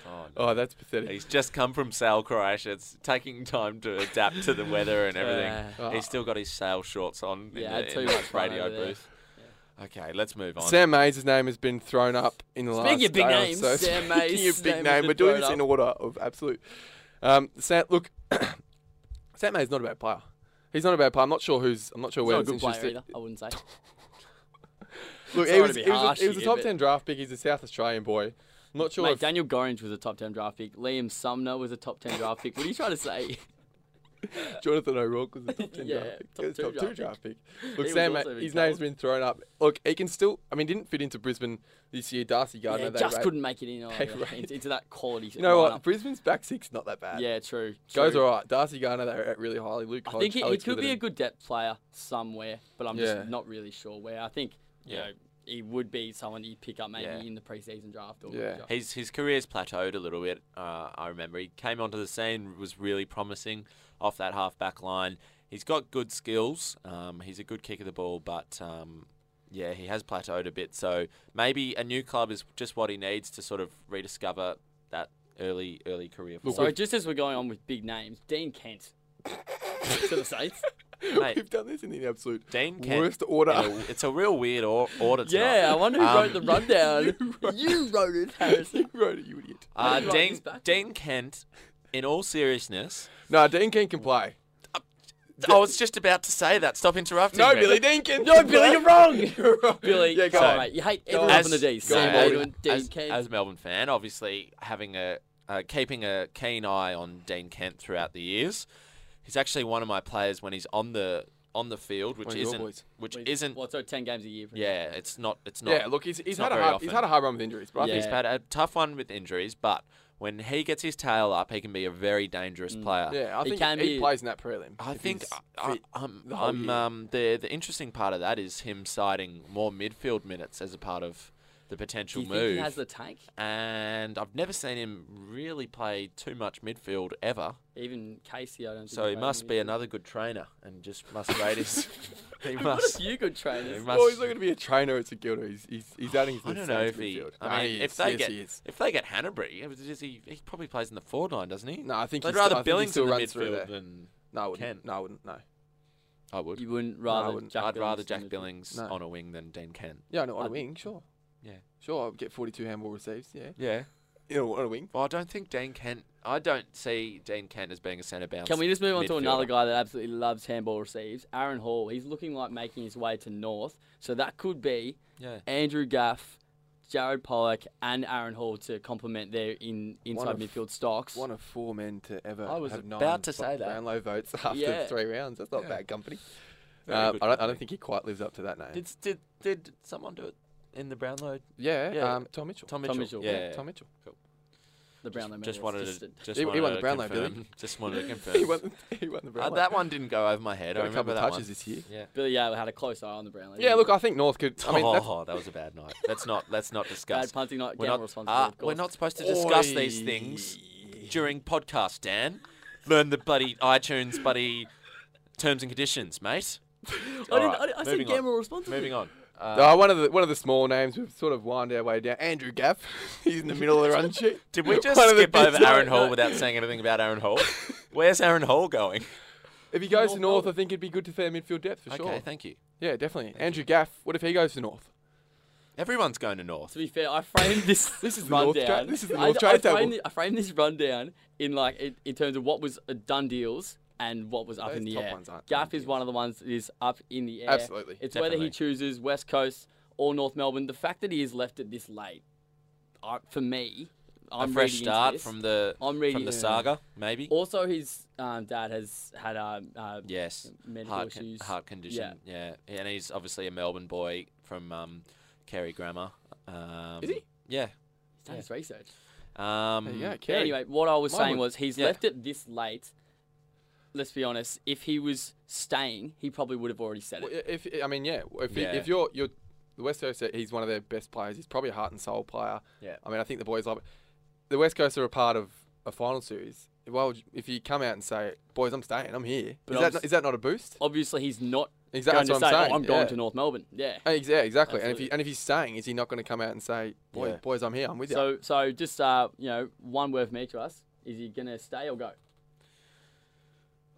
Speaker 4: no.
Speaker 2: Oh, that's pathetic.
Speaker 4: He's just come from Sale, Croatia. It's taking time to adapt to the weather and everything.
Speaker 2: Uh,
Speaker 4: He's still got his sail shorts on
Speaker 3: Yeah,
Speaker 4: in
Speaker 3: had
Speaker 4: the,
Speaker 3: too
Speaker 4: in the
Speaker 3: much fun
Speaker 4: radio
Speaker 3: over there.
Speaker 4: booth. Okay, let's move on.
Speaker 2: Sam Mays' name has been thrown up in the last.
Speaker 3: Speaking of
Speaker 2: day
Speaker 3: big
Speaker 2: or
Speaker 3: names,
Speaker 2: so.
Speaker 3: Sam
Speaker 2: Speaking
Speaker 3: Mays'
Speaker 2: of big
Speaker 3: name has
Speaker 2: name,
Speaker 3: been
Speaker 2: we're doing
Speaker 3: thrown
Speaker 2: this in
Speaker 3: up.
Speaker 2: order of absolute. Um, Sam, look, Sam Mays is not a bad player. He's not a bad player. I'm not sure who's. I'm not sure
Speaker 3: He's
Speaker 2: where
Speaker 3: not a
Speaker 2: it's
Speaker 3: good player
Speaker 2: interested.
Speaker 3: either, I wouldn't say.
Speaker 2: Look, he
Speaker 3: Sorry to
Speaker 2: was,
Speaker 3: be
Speaker 2: he was a-
Speaker 3: harsh
Speaker 2: he was a
Speaker 3: here,
Speaker 2: top
Speaker 3: but-
Speaker 2: ten draft pick. He's a South Australian boy. I'm not sure.
Speaker 3: Mate,
Speaker 2: if-
Speaker 3: Daniel Gorringe was a top 10 draft pick. Liam Sumner was a top 10 draft pick. What are you trying to say?
Speaker 2: Jonathan O'Rourke was a top ten
Speaker 3: Yeah,
Speaker 2: draft pick.
Speaker 3: top
Speaker 2: He was
Speaker 3: two
Speaker 2: top two
Speaker 3: draft
Speaker 2: draft pick. Look,
Speaker 3: was
Speaker 2: Sam,
Speaker 3: also
Speaker 2: mate,
Speaker 3: in
Speaker 2: his
Speaker 3: trouble.
Speaker 2: name's been thrown up. Look, he can still. I mean, didn't fit into Brisbane this year. Darcy Gardner,
Speaker 3: yeah,
Speaker 2: they
Speaker 3: just
Speaker 2: rate-
Speaker 3: couldn't make it in oh,
Speaker 2: they
Speaker 3: yeah,
Speaker 2: rate-
Speaker 3: into, into that quality.
Speaker 2: You know
Speaker 3: lineup.
Speaker 2: what? Brisbane's back six not that bad.
Speaker 3: Yeah, true.
Speaker 2: goes
Speaker 3: true.
Speaker 2: all right. Darcy Garner, they rate really highly. Luke,
Speaker 3: I think
Speaker 2: Hodge,
Speaker 3: he, he
Speaker 2: Alex
Speaker 3: could be a
Speaker 2: Witherden.
Speaker 3: good depth player somewhere, but I'm
Speaker 2: Yeah.
Speaker 3: just not really sure where. I think you
Speaker 4: Yeah.
Speaker 3: know he would be someone you pick up maybe
Speaker 4: Yeah.
Speaker 3: in the preseason draft or
Speaker 2: Yeah.
Speaker 3: draft.
Speaker 4: His his career's plateaued a little bit. Uh, I remember he came onto the scene, was really promising off that half back line. he's got good skills. Um, he's a good kick of the ball, but um, yeah, he has plateaued a bit. So maybe a new club is just what he needs to sort of rediscover that early early career.
Speaker 2: Look,
Speaker 4: form.
Speaker 3: So just as we're going on with big names, Dean Kent to the Saints.
Speaker 4: Mate.
Speaker 2: We've done this in the absolute
Speaker 4: Dean Kent,
Speaker 2: worst order.
Speaker 4: yeah, it's a real weird or- order. tonight.
Speaker 3: Yeah, I wonder who wrote the
Speaker 4: Um,
Speaker 3: rundown.
Speaker 2: You wrote-
Speaker 3: you wrote it, Harrison.
Speaker 2: you wrote it, you idiot.
Speaker 4: Uh,
Speaker 3: Write
Speaker 4: Dean,
Speaker 3: this back.
Speaker 4: Dean Kent, in all seriousness,
Speaker 2: No, Dean King can play.
Speaker 4: I was just about to say that. Stop interrupting
Speaker 2: No,
Speaker 4: me.
Speaker 2: Billy, Dean King.
Speaker 3: No,
Speaker 2: can
Speaker 3: Billy,
Speaker 2: play.
Speaker 3: you're wrong.
Speaker 2: You're wrong.
Speaker 3: Billy,
Speaker 2: yeah, go
Speaker 3: come
Speaker 2: on.
Speaker 3: on, mate. You hate
Speaker 2: Go
Speaker 3: everyone
Speaker 2: on.
Speaker 3: up in the D.
Speaker 2: Go on,
Speaker 3: Sam
Speaker 2: Bobby.
Speaker 3: Adrian, Dean
Speaker 4: as,
Speaker 3: Kent.
Speaker 4: as a Melbourne fan, obviously having a uh, keeping a keen eye on Dean Kent throughout the years. He's actually one of my players when he's on the on the field, which
Speaker 2: One of your
Speaker 4: isn't
Speaker 2: boys.
Speaker 4: which
Speaker 3: Well,
Speaker 4: isn't.
Speaker 3: Well, so ten games a year. pretty much.
Speaker 4: Yeah, it's not. It's not.
Speaker 2: Yeah, look, he's, he's,
Speaker 4: not
Speaker 2: had a
Speaker 4: very
Speaker 2: hard, he's
Speaker 4: often.
Speaker 2: had a hard run with injuries, but I think
Speaker 4: He's had a tough one with injuries, but when he gets his tail up, he can be a very dangerous
Speaker 2: Mm.
Speaker 4: player.
Speaker 2: Yeah, I
Speaker 3: He
Speaker 2: think
Speaker 3: can
Speaker 2: he
Speaker 3: be-
Speaker 2: plays in that prelim.
Speaker 4: I
Speaker 2: if
Speaker 4: think
Speaker 2: he's
Speaker 4: I,
Speaker 2: fit. oh,
Speaker 4: I, am
Speaker 2: the whole
Speaker 4: I'm
Speaker 2: year.
Speaker 4: um, the the interesting part of that is him citing more midfield minutes as a part of the
Speaker 3: Do
Speaker 4: potential
Speaker 3: you think
Speaker 4: move.
Speaker 3: he has the tank?
Speaker 4: and I've never seen him really play too much midfield ever.
Speaker 3: Even Casey, I don't. think
Speaker 4: So he
Speaker 3: played
Speaker 4: must
Speaker 3: him
Speaker 4: be
Speaker 3: either.
Speaker 4: another good trainer and just must rate his. he
Speaker 3: What a
Speaker 4: must.
Speaker 3: few good
Speaker 4: He
Speaker 3: trainers.
Speaker 4: must.
Speaker 2: well, he's not going to be a trainer at Gilder. He's, he's, he's adding to
Speaker 4: I
Speaker 2: the
Speaker 4: don't know if
Speaker 2: Saints
Speaker 4: he.
Speaker 2: midfield.
Speaker 4: I
Speaker 2: Nah,
Speaker 4: mean,
Speaker 2: he
Speaker 4: if
Speaker 2: is.
Speaker 4: they
Speaker 2: yes,
Speaker 4: get
Speaker 2: he is.
Speaker 4: if they get Hanbury, it was- does he he probably plays in the forward line, doesn't he?
Speaker 2: No, I think
Speaker 4: I'd
Speaker 2: he's-
Speaker 4: rather
Speaker 2: I think he
Speaker 4: Billings
Speaker 2: still
Speaker 4: in the
Speaker 2: runs through there.
Speaker 4: midfield than
Speaker 2: No, I wouldn't.
Speaker 4: Kent.
Speaker 2: No, I wouldn't. No.
Speaker 4: I would.
Speaker 3: You wouldn't rather.
Speaker 2: wouldn't.
Speaker 3: Jack
Speaker 4: I'd rather
Speaker 3: Billings than
Speaker 4: Jack
Speaker 3: the-
Speaker 4: Billings
Speaker 2: No.
Speaker 4: on a wing than Dean Kent.
Speaker 2: Yeah, no, on a
Speaker 3: I'd-
Speaker 2: wing, sure.
Speaker 4: Yeah.
Speaker 2: Sure, I'll get 42 handball receives, yeah.
Speaker 4: Yeah.
Speaker 2: You know, on a wing.
Speaker 4: Well, I don't think Dean Kent. I don't see Dean Kent as being a centre bounce.
Speaker 3: Can we just move on to another
Speaker 4: midfielder.
Speaker 3: guy that absolutely loves handball receives? Aaron Hall. He's looking like making his way to North, so that could be
Speaker 4: Yeah.
Speaker 3: Andrew Gaff, Jared Pollock, and Aaron Hall to complement their in
Speaker 2: One
Speaker 3: inside
Speaker 2: of-
Speaker 3: midfield stocks.
Speaker 2: One of four men to ever
Speaker 4: I was
Speaker 2: have
Speaker 4: about
Speaker 2: nine
Speaker 4: to
Speaker 2: Bo-
Speaker 4: say that.
Speaker 2: Brownlow votes after
Speaker 3: Yeah.
Speaker 2: three rounds. That's not
Speaker 4: Yeah.
Speaker 2: bad company.
Speaker 4: Very
Speaker 2: Um,
Speaker 4: good
Speaker 2: I, don't, I
Speaker 4: company.
Speaker 2: don't think he quite lives up to that name.
Speaker 4: Did did did someone do it in the Brownlow?
Speaker 2: yeah,
Speaker 4: yeah.
Speaker 2: Um, Tom Mitchell.
Speaker 4: Tom Mitchell.
Speaker 3: Mitchell.
Speaker 4: Yeah.
Speaker 2: yeah, Tom Mitchell.
Speaker 3: the Brownlow
Speaker 4: Just
Speaker 3: medalists,
Speaker 4: wanted
Speaker 3: just
Speaker 4: to
Speaker 3: a-
Speaker 4: just
Speaker 2: He- he
Speaker 4: wanted
Speaker 2: won
Speaker 4: to
Speaker 2: the Brownlow,
Speaker 4: confirm.
Speaker 2: Billy.
Speaker 4: Just wanted to confirm.
Speaker 2: he won. He won the
Speaker 4: Uh,
Speaker 2: Brownlow.
Speaker 4: that one didn't go over my head.
Speaker 2: Got a
Speaker 4: I
Speaker 2: couple
Speaker 4: remember
Speaker 2: of
Speaker 4: that
Speaker 2: touches
Speaker 4: one.
Speaker 2: this year.
Speaker 4: Yeah.
Speaker 3: Billy Yale had a close eye on the Brownlow.
Speaker 2: Yeah, look, I think North could. I mean, that's,
Speaker 4: oh, that was a bad night. Let's not let's not discuss.
Speaker 3: bad punting, not
Speaker 4: We're
Speaker 3: gamble
Speaker 4: not,
Speaker 3: responsibility.
Speaker 4: ah,
Speaker 3: of
Speaker 4: we're
Speaker 3: course.
Speaker 4: not supposed to discuss these
Speaker 2: Oi.
Speaker 4: things during podcast, Dan. Learn the bloody iTunes bloody terms and conditions, mate.
Speaker 3: I, didn't,
Speaker 4: Alright,
Speaker 3: I, didn't- I said
Speaker 4: moving on.
Speaker 3: gamble responsibly.
Speaker 4: Moving on. Uh,
Speaker 2: Uh, one of the one of the small names we've sort of wind our way down. Andrew Gaff, he's in the middle of the run sheet.
Speaker 4: Did we just
Speaker 2: One of the
Speaker 4: skip over
Speaker 2: best-
Speaker 4: Aaron Hall without saying anything about Aaron Hall? Where's Aaron Hall going?
Speaker 2: If he goes to North,
Speaker 3: North
Speaker 2: I
Speaker 3: Melbourne.
Speaker 2: think it'd be good to fair midfield depth for sure.
Speaker 4: Okay, thank you.
Speaker 2: yeah, definitely. Andrew Gaff. What if he goes to North?
Speaker 4: Everyone's going to North.
Speaker 3: To be fair, I framed this
Speaker 2: This is the North
Speaker 3: rundown.
Speaker 2: tra- this is the
Speaker 3: I-
Speaker 2: North
Speaker 3: I,
Speaker 2: trade table.
Speaker 3: framed, it- I framed this rundown in like in, in terms of what was uh, done deals and what was up
Speaker 2: Those
Speaker 3: in the
Speaker 2: top
Speaker 3: air.
Speaker 2: ones aren't
Speaker 3: Gaff
Speaker 2: done
Speaker 3: is one of the ones that is up in the air.
Speaker 2: Absolutely.
Speaker 3: It's whether
Speaker 4: Definitely.
Speaker 3: he chooses West Coast or North Melbourne. The fact that he is left at this late, I for me, I'm
Speaker 4: a fresh
Speaker 3: reading into
Speaker 4: start
Speaker 3: this.
Speaker 4: from the
Speaker 3: I'm
Speaker 4: from
Speaker 3: reading
Speaker 4: the
Speaker 3: it.
Speaker 4: saga, maybe.
Speaker 3: Also, his um, dad has had um, uh,
Speaker 4: Yes,
Speaker 3: medical
Speaker 4: heart con-
Speaker 3: issues.
Speaker 4: heart condition. Yeah. and he's obviously a Melbourne boy from um, Kerry Grammar. Um,
Speaker 2: Is he?
Speaker 4: Yeah.
Speaker 3: He's done his research.
Speaker 4: Um,
Speaker 2: There you go,
Speaker 4: yeah.
Speaker 2: Kerry.
Speaker 3: Mm. Anyway, what I was
Speaker 2: Mine
Speaker 3: saying
Speaker 2: would-
Speaker 3: was he's
Speaker 4: yeah.
Speaker 3: left it this late. Let's be honest. If he was staying, he probably would have already said
Speaker 2: Well,
Speaker 3: it.
Speaker 2: If I mean, yeah. If he,
Speaker 4: Yeah.
Speaker 2: if you're you're the West Coast, uh, he's one of their best players. He's probably a heart and soul player.
Speaker 4: Yeah.
Speaker 2: I mean, I think the boys love it. The West Coast are a part of a final series. Well, if you come out and say, "Boys, I'm staying. I'm here,"
Speaker 3: But
Speaker 2: is
Speaker 3: I
Speaker 2: that
Speaker 3: was-
Speaker 2: not, is that not a boost?
Speaker 3: Obviously, he's not
Speaker 2: Exactly.
Speaker 3: going
Speaker 2: That's
Speaker 3: to
Speaker 2: what
Speaker 3: say,
Speaker 2: I'm
Speaker 3: "Oh,
Speaker 2: saying.
Speaker 3: I'm going
Speaker 2: yeah.
Speaker 3: to North Melbourne." Yeah.
Speaker 2: Uh, ex- Yeah, exactly. And if, he,
Speaker 3: Absolutely.
Speaker 2: and if he's staying, is he not going to come out and say, "Boy,
Speaker 4: Yeah.
Speaker 2: boys, I'm here. I'm with you"?
Speaker 3: So, so just uh, you know, one word from each of us. Is he gonna stay or go?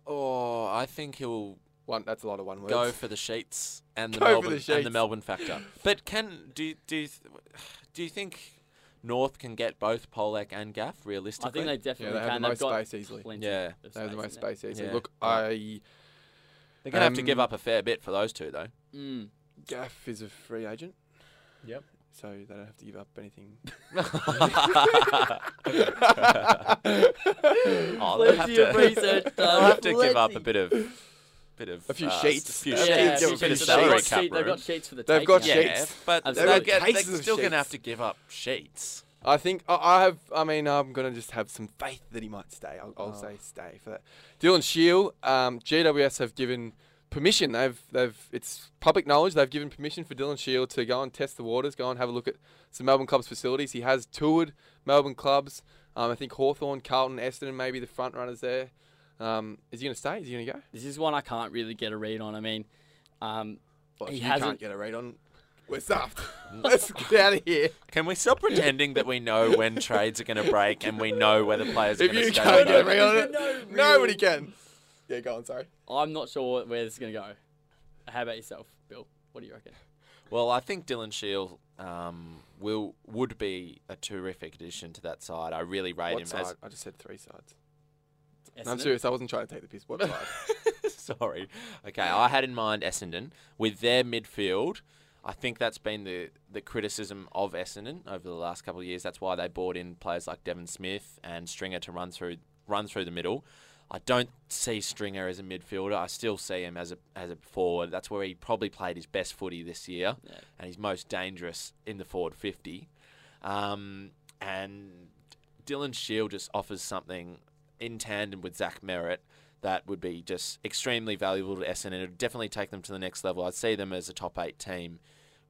Speaker 4: Oh, I think he'll
Speaker 2: One, that's a lot of one words.
Speaker 4: go for the sheets and the
Speaker 2: Go for
Speaker 4: Melbourne
Speaker 2: the
Speaker 4: and the
Speaker 2: sheets.
Speaker 4: Melbourne factor. But can do you- do you th- do you think North can get both Polak and Gaff
Speaker 3: I
Speaker 4: realistically?
Speaker 3: think they definitely
Speaker 2: Yeah, they have
Speaker 3: can.
Speaker 2: the most
Speaker 3: They've got
Speaker 2: space easily.
Speaker 3: plenty
Speaker 4: Yeah,
Speaker 3: of
Speaker 2: They have the
Speaker 3: space
Speaker 2: most
Speaker 3: in there.
Speaker 2: space easily.
Speaker 4: Yeah.
Speaker 2: Look, I
Speaker 4: are gonna have to give
Speaker 2: um,
Speaker 4: up a fair bit for those two though.
Speaker 3: Mm.
Speaker 2: Gaff is a free agent.
Speaker 4: Yep.
Speaker 2: So they don't have to give up anything.
Speaker 4: Oh, they'll have
Speaker 3: Plenty of
Speaker 4: to,
Speaker 3: research done.
Speaker 4: they'll have to give up
Speaker 3: Plenty.
Speaker 4: a bit of bit of
Speaker 2: A few
Speaker 4: uh,
Speaker 2: sheets.
Speaker 4: a few
Speaker 2: Yeah,
Speaker 4: sheets,
Speaker 2: a
Speaker 4: a
Speaker 2: few
Speaker 4: bit of
Speaker 2: sheets.
Speaker 4: salary
Speaker 2: They've
Speaker 4: cap
Speaker 3: They've
Speaker 4: room.
Speaker 3: got sheets for the
Speaker 2: They've got
Speaker 3: taking.
Speaker 2: sheets.
Speaker 4: Yeah, but
Speaker 3: They've
Speaker 4: they'll
Speaker 3: got
Speaker 4: get, they're
Speaker 2: cases of
Speaker 4: still going to have
Speaker 2: sheets.
Speaker 4: to give up sheets.
Speaker 2: I think I- I have. I mean, I'm gonna just have some faith that he might stay. I'll, I'll
Speaker 4: Oh.
Speaker 2: say stay for that. Dylan Shield, um, GWS have given permission. They've they've it's public knowledge. They've given permission for Dylan Shield to go and test the waters, go and have a look at some Melbourne clubs facilities. He has toured Melbourne clubs. Um, I think Hawthorn, Carlton, Essendon, maybe the front runners there. Um, is he going to stay? Is he going to go?
Speaker 3: This is one I can't really get a read on. I mean, um,
Speaker 2: Well,
Speaker 3: He
Speaker 2: if you
Speaker 3: hasn't-
Speaker 2: can't get a read on. We're stuffed. Let's get out of here.
Speaker 4: Can we stop pretending that we know when trades are going to break and we know whether players are
Speaker 2: If
Speaker 4: going
Speaker 2: you
Speaker 4: to stay?
Speaker 2: can't
Speaker 4: or
Speaker 2: get a
Speaker 4: not?
Speaker 2: read on it, nobody can. Yeah, go on. Sorry.
Speaker 3: I'm not sure where this is going to go. How about yourself, Bill? What do you reckon?
Speaker 4: Well, I think Dylan Shield um, will would be a terrific addition to that side. I really rate
Speaker 2: What
Speaker 4: him
Speaker 2: side? I just said three sides. No, I'm
Speaker 3: Essendon?
Speaker 2: serious. I wasn't trying to take the piss. What side?
Speaker 4: as. Sorry. Okay, I had in mind Essendon with their midfield. I think that's been the, the criticism of Essendon over the last couple of years. That's why they brought in players like Devon Smith and Stringer to run through run through the middle. I don't see Stringer as a midfielder. I still see him as a as a forward. That's where he probably played his best footy this year,
Speaker 3: Yeah.
Speaker 4: and he's most dangerous in the forward fifty. Um, and Dylan Shield just offers something in tandem with Zach Merritt that would be just extremely valuable to Essendon. It would definitely take them to the next level. I'd see them as a top eight team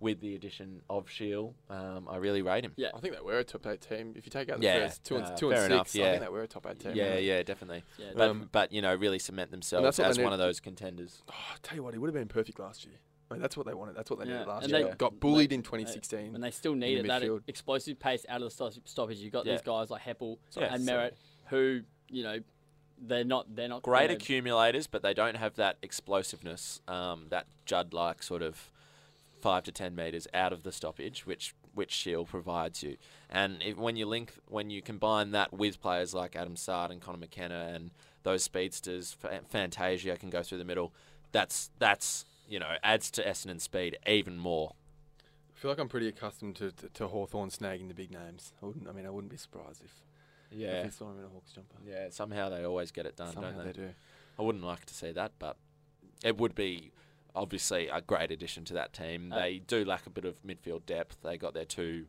Speaker 4: with the addition of Shield. Um, I really rate him.
Speaker 3: Yeah.
Speaker 2: I think they were a top eight team. If you take out the
Speaker 4: Yeah,
Speaker 2: first two and
Speaker 4: uh,
Speaker 2: two and
Speaker 4: fair
Speaker 2: six,
Speaker 4: enough,
Speaker 2: I
Speaker 4: yeah.
Speaker 2: think they were a top eight team.
Speaker 4: Yeah, yeah, definitely.
Speaker 3: Yeah,
Speaker 4: But,
Speaker 2: Um,
Speaker 4: but you know, really cement themselves
Speaker 2: that's what
Speaker 4: as
Speaker 2: they
Speaker 4: one
Speaker 2: need-
Speaker 4: of those contenders.
Speaker 2: Oh, I tell you what, he would have been perfect last year. I mean, that's what they wanted. That's what they
Speaker 3: Yeah,
Speaker 2: needed last
Speaker 3: and
Speaker 2: year.
Speaker 3: they-
Speaker 2: got bullied in
Speaker 3: and
Speaker 2: 2016.
Speaker 3: they still
Speaker 2: the
Speaker 3: need it. That
Speaker 2: midfield.
Speaker 3: explosive pace out of the stop- stoppage. You've got
Speaker 4: Yeah.
Speaker 3: these guys like Heppel
Speaker 4: Yeah,
Speaker 3: and
Speaker 4: so-
Speaker 3: Merritt, who you know they're not they're not
Speaker 4: Great
Speaker 3: you know,
Speaker 4: accumulators, but they don't have that explosiveness, um, that Judd like sort of five to ten meters out of the stoppage, which which Shield provides you. And if, when you link, when you combine that with players like Adam Sard and Connor McKenna and those speedsters, Fa- Fantasia can go through the middle. That's that's you know adds to Essendon's speed even more.
Speaker 2: I feel like I'm pretty accustomed to, to, to Hawthorne snagging the big names. I wouldn't. I mean, I wouldn't be surprised if, if we saw him in a Hawks jumper.
Speaker 4: yeah. Somehow they always get it done,
Speaker 2: Somehow
Speaker 4: don't
Speaker 2: they do.
Speaker 4: I wouldn't like to see that, but it would be obviously a great addition to that team.
Speaker 3: Uh,
Speaker 4: they do lack a bit of midfield depth. They got their two,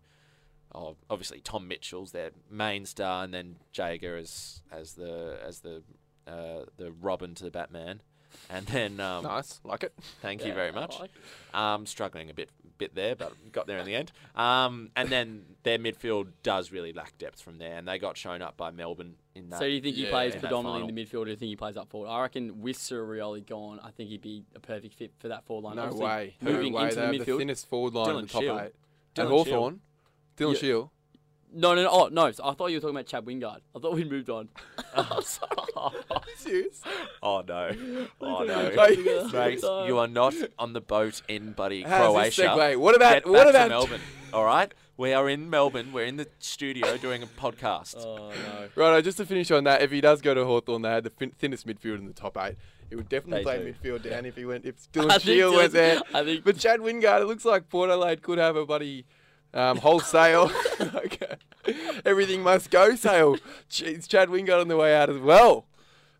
Speaker 4: oh, obviously Tom Mitchell's their main star, and then Jager as as the as the uh, the Robin to the Batman, and then um,
Speaker 2: nice, like it.
Speaker 4: thank
Speaker 3: yeah,
Speaker 4: you very
Speaker 3: I
Speaker 4: much.
Speaker 3: like-
Speaker 4: Um, struggling a bit bit there, but got there in the end. Um, and then their midfield does really lack depth from there, and they got shown up by Melbourne in that.
Speaker 3: So do you think he
Speaker 2: Yeah,
Speaker 3: plays
Speaker 4: in that
Speaker 3: predominantly in the midfield, or do you think he plays up forward? I reckon with Surioli gone, I think he'd be a perfect fit for that forward line.
Speaker 2: No
Speaker 3: Obviously,
Speaker 2: way.
Speaker 3: Moving
Speaker 2: no way.
Speaker 3: into
Speaker 2: they
Speaker 3: the
Speaker 2: have
Speaker 3: midfield.
Speaker 2: the thinnest forward line in
Speaker 4: Dylan
Speaker 2: the top
Speaker 4: Shield.
Speaker 2: eight.
Speaker 4: Dylan
Speaker 2: And Hawthorn, Dylan
Speaker 3: Yeah.
Speaker 2: Shield.
Speaker 3: No, no, no. Oh, no. So I thought you were talking about Chad Wingard. I thought we'd moved on. I'm sorry.
Speaker 2: Serious?
Speaker 4: Oh no! Oh no!
Speaker 2: Like,
Speaker 4: Mate, you are not on the boat in buddy
Speaker 2: how's this
Speaker 4: Croatia.
Speaker 2: segue? What about
Speaker 4: Get
Speaker 2: what
Speaker 4: back
Speaker 2: about
Speaker 4: to Melbourne? All right, we are in Melbourne. We're in the studio doing a podcast.
Speaker 3: Oh, no.
Speaker 2: Righto, just to finish on that, if he does go to Hawthorn, they had the fin- thinnest midfield in the top eight. He would definitely
Speaker 4: They
Speaker 2: play
Speaker 4: do.
Speaker 2: midfield down if he went. If
Speaker 3: I
Speaker 2: Dylan
Speaker 3: think
Speaker 2: Shield
Speaker 3: Dylan-
Speaker 2: was there,
Speaker 3: I think-
Speaker 2: But Chad Wingard, it looks like Port Adelaide could have a buddy um, wholesale. okay, everything must go sale. Jeez, Chad Wingard on the way out as well.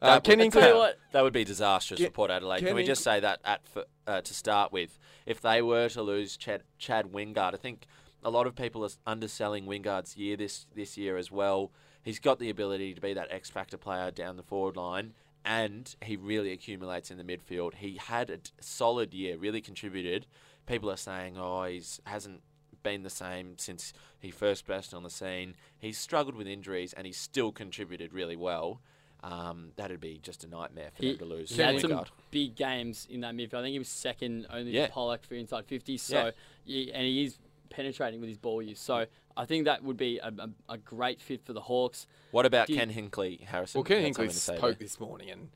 Speaker 2: Uh,
Speaker 4: That
Speaker 2: Ken
Speaker 4: would-
Speaker 3: Tell you
Speaker 2: Ingram,
Speaker 3: what.
Speaker 4: That would be disastrous for
Speaker 2: Get-
Speaker 4: Port Adelaide. Can
Speaker 2: Kenny-
Speaker 4: we just say that at f- uh, to start with? If they were to lose Chad, Chad Wingard, I think a lot of people are s- underselling Wingard's year this this year as well. He's got the ability to be that X factor player down the forward line, and he really accumulates in the midfield. He had a d- solid year, really contributed. People are saying, "Oh, he's hasn't." Been the same since he first burst on the scene. He's struggled with injuries and he's still contributed really well. Um, that'd be just a nightmare for
Speaker 3: He-
Speaker 4: them to lose.
Speaker 3: He
Speaker 4: Sam
Speaker 3: had some
Speaker 4: Lingard.
Speaker 3: big games in that midfield. I think he was second only
Speaker 4: Yeah.
Speaker 3: to Pollock for inside 50. So, yeah, and he is penetrating with his ball use. So I think that would be a, a, a great fit for the Hawks.
Speaker 4: What about
Speaker 3: Do you-
Speaker 4: Ken Hinkley, Harrison?
Speaker 2: well, Ken
Speaker 4: You had
Speaker 2: Hinkley
Speaker 4: something to say
Speaker 2: spoke
Speaker 4: there.
Speaker 2: this morning, and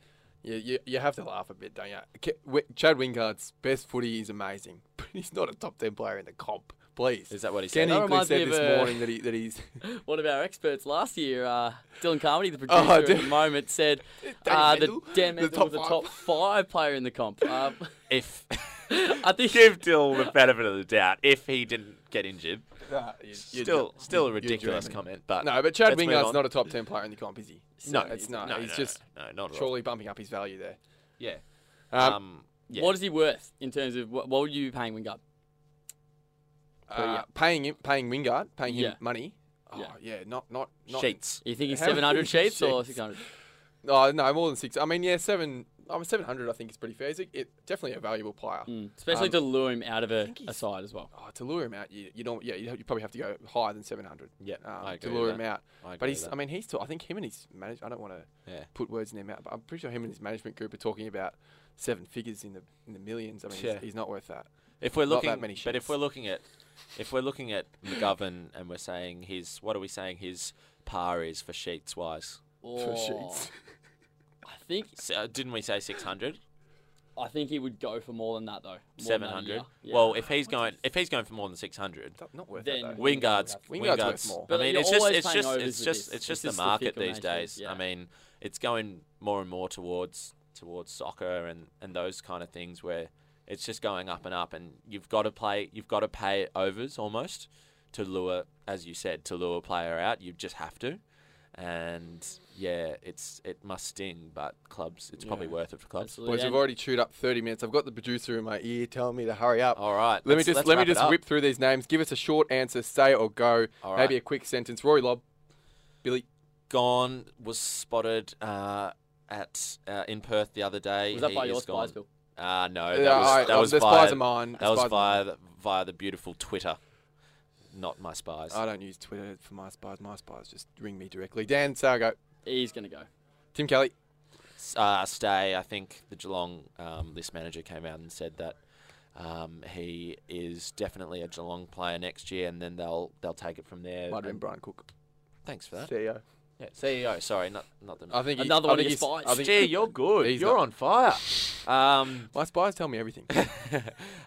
Speaker 2: you, you you have to laugh a bit, don't you? Ke- Wi- Chad Wingard's best footy is amazing, but he's not a top ten player in the comp. Please,
Speaker 4: Is that what he
Speaker 2: Ken
Speaker 4: said?
Speaker 3: That
Speaker 2: Hinkley
Speaker 3: reminds me
Speaker 2: said
Speaker 3: of
Speaker 2: this
Speaker 3: a-
Speaker 2: morning that he that he's
Speaker 3: One of our experts last year, uh, Dylan Carmody, the producer
Speaker 2: Oh,
Speaker 3: at
Speaker 2: dude.
Speaker 3: the moment, said uh, that
Speaker 2: Mendel,
Speaker 3: Dan
Speaker 2: the
Speaker 3: Mendel was
Speaker 2: top
Speaker 3: the
Speaker 2: five.
Speaker 3: top five player in the comp. Um,
Speaker 4: If
Speaker 3: I think
Speaker 4: give Dill the benefit of the doubt, if he didn't get injured,
Speaker 2: Nah, you- you're
Speaker 4: still
Speaker 2: dr-
Speaker 4: still a
Speaker 2: you're
Speaker 4: ridiculous
Speaker 2: dreaming.
Speaker 4: comment. But
Speaker 2: No, but Chad
Speaker 4: let's move
Speaker 2: Wingard's
Speaker 4: on.
Speaker 2: not a top ten player in the comp, is he?
Speaker 4: No,
Speaker 2: it's not.
Speaker 4: No,
Speaker 2: he's
Speaker 4: no,
Speaker 2: just
Speaker 4: no, no, not at all.
Speaker 2: surely bumping up his value there.
Speaker 4: Yeah.
Speaker 2: Um,
Speaker 4: Um, yeah.
Speaker 3: what is he worth in terms of what, what would you be paying Wingard?
Speaker 2: uh, paying him, paying Wingard, paying him
Speaker 3: Yeah.
Speaker 2: money. Oh yeah,
Speaker 3: Yeah.
Speaker 2: not not not
Speaker 4: sheets?
Speaker 3: You think he's
Speaker 2: How
Speaker 3: 700
Speaker 2: many
Speaker 3: sheets or
Speaker 2: sheets?
Speaker 3: 600?
Speaker 2: Oh no, more than six. I mean, yeah, seven I mean, 700 I think is pretty fair. He's a, it, definitely a valuable player.
Speaker 3: Mm. Especially
Speaker 2: Um,
Speaker 3: to lure him out of a,
Speaker 2: think
Speaker 3: a
Speaker 2: he's-
Speaker 3: side as well.
Speaker 2: Oh, to lure him out, you, you don't. Yeah, you, you probably have to go higher than 700.
Speaker 4: Yeah,
Speaker 2: um,
Speaker 4: I agree
Speaker 2: to
Speaker 4: with
Speaker 2: lure
Speaker 4: that.
Speaker 2: him out.
Speaker 4: I
Speaker 2: But
Speaker 4: agree
Speaker 2: he's.
Speaker 4: with
Speaker 2: I mean, he's. T- I think him and his manage. I don't want to
Speaker 4: that. yeah.
Speaker 2: put words in their mouth, but I'm pretty sure him and his management group are talking about seven figures in the in the millions. I mean,
Speaker 4: Yeah.
Speaker 2: he's, he's not worth that.
Speaker 4: If we're
Speaker 2: Not
Speaker 4: looking,
Speaker 2: that many
Speaker 4: but if
Speaker 2: sheets.
Speaker 4: we're looking at, if we're looking at McGovern and we're saying his, what are we saying his par is for sheets wise?
Speaker 2: For
Speaker 3: Or-
Speaker 2: sheets.
Speaker 3: Oh, I think
Speaker 4: So, didn't we say six hundred?
Speaker 3: I think he would go for more than that though. More than
Speaker 4: Seven
Speaker 3: that a
Speaker 4: hundred?
Speaker 3: year. Yeah.
Speaker 4: Well, if he's going, if he's going for more than six hundred,
Speaker 2: Not- Not worth
Speaker 3: Then-
Speaker 2: that. Though.
Speaker 3: Wing-
Speaker 4: Wingard's
Speaker 2: Wingard's
Speaker 4: Wingard's.
Speaker 2: worth more.
Speaker 4: I
Speaker 3: But
Speaker 4: mean,
Speaker 3: you're
Speaker 4: it's just,
Speaker 3: always
Speaker 4: it's
Speaker 3: paying
Speaker 4: just,
Speaker 3: overs
Speaker 4: it's
Speaker 3: with
Speaker 4: just,
Speaker 3: this.
Speaker 4: it's
Speaker 3: It's
Speaker 4: just
Speaker 3: just
Speaker 4: the
Speaker 3: the
Speaker 4: market
Speaker 3: thicker
Speaker 4: these
Speaker 3: management,
Speaker 4: days.
Speaker 3: yeah.
Speaker 4: I mean, it's going more and more towards towards soccer and and those kind of things where it's just going up and up, and you've got to play, you've got to pay overs almost to lure, as you said, to lure a player out. You just have to, and yeah, it's it must sting, but clubs, it's probably
Speaker 2: Yeah.
Speaker 4: worth it for clubs.
Speaker 3: Absolutely.
Speaker 2: Boys, we've
Speaker 3: And-
Speaker 2: already chewed up 30 minutes. I've got the producer in my ear telling me to hurry up.
Speaker 4: All right,
Speaker 2: Let
Speaker 4: Oh, let's-
Speaker 2: me just
Speaker 4: let's
Speaker 2: let me
Speaker 4: wrap it
Speaker 2: just
Speaker 4: up.
Speaker 2: whip through these names. Give us a short answer, stay or go.
Speaker 4: All
Speaker 2: Maybe
Speaker 4: right.
Speaker 2: a quick sentence. Rory Lobb, Billy.
Speaker 4: Gone was spotted uh, at uh, in Perth the other day.
Speaker 3: was that
Speaker 4: He
Speaker 3: by
Speaker 4: is
Speaker 3: your
Speaker 4: gone.
Speaker 3: spies, Bill?
Speaker 4: Ah, no,
Speaker 2: Yeah,
Speaker 4: that was,
Speaker 2: I-
Speaker 4: that
Speaker 2: uh,
Speaker 4: was
Speaker 2: the
Speaker 4: via,
Speaker 2: spies are mine. The
Speaker 4: That was
Speaker 2: spies are
Speaker 4: via the, via the beautiful Twitter, not my spies.
Speaker 2: I don't use Twitter for my spies. My spies just ring me directly. Dan Sargo,
Speaker 3: He's gonna go.
Speaker 2: Tim Kelly.
Speaker 4: S- Uh, stay. I think the Geelong um, list manager came out and said that um, he is definitely a Geelong player next year, and then they'll they'll take it from there.
Speaker 2: Might have been
Speaker 4: And
Speaker 2: Brian Cook.
Speaker 4: Thanks for that.
Speaker 2: CEO.
Speaker 4: Yeah, CEO. Sorry, not not the.
Speaker 2: I think he-
Speaker 3: Another
Speaker 2: I
Speaker 3: one of
Speaker 2: think
Speaker 3: your
Speaker 2: he's-
Speaker 3: spies.
Speaker 2: uh, I think-
Speaker 4: Gee, you're good.
Speaker 2: He's
Speaker 4: You're
Speaker 2: not-
Speaker 4: on fire. Um,
Speaker 2: My spies tell me everything.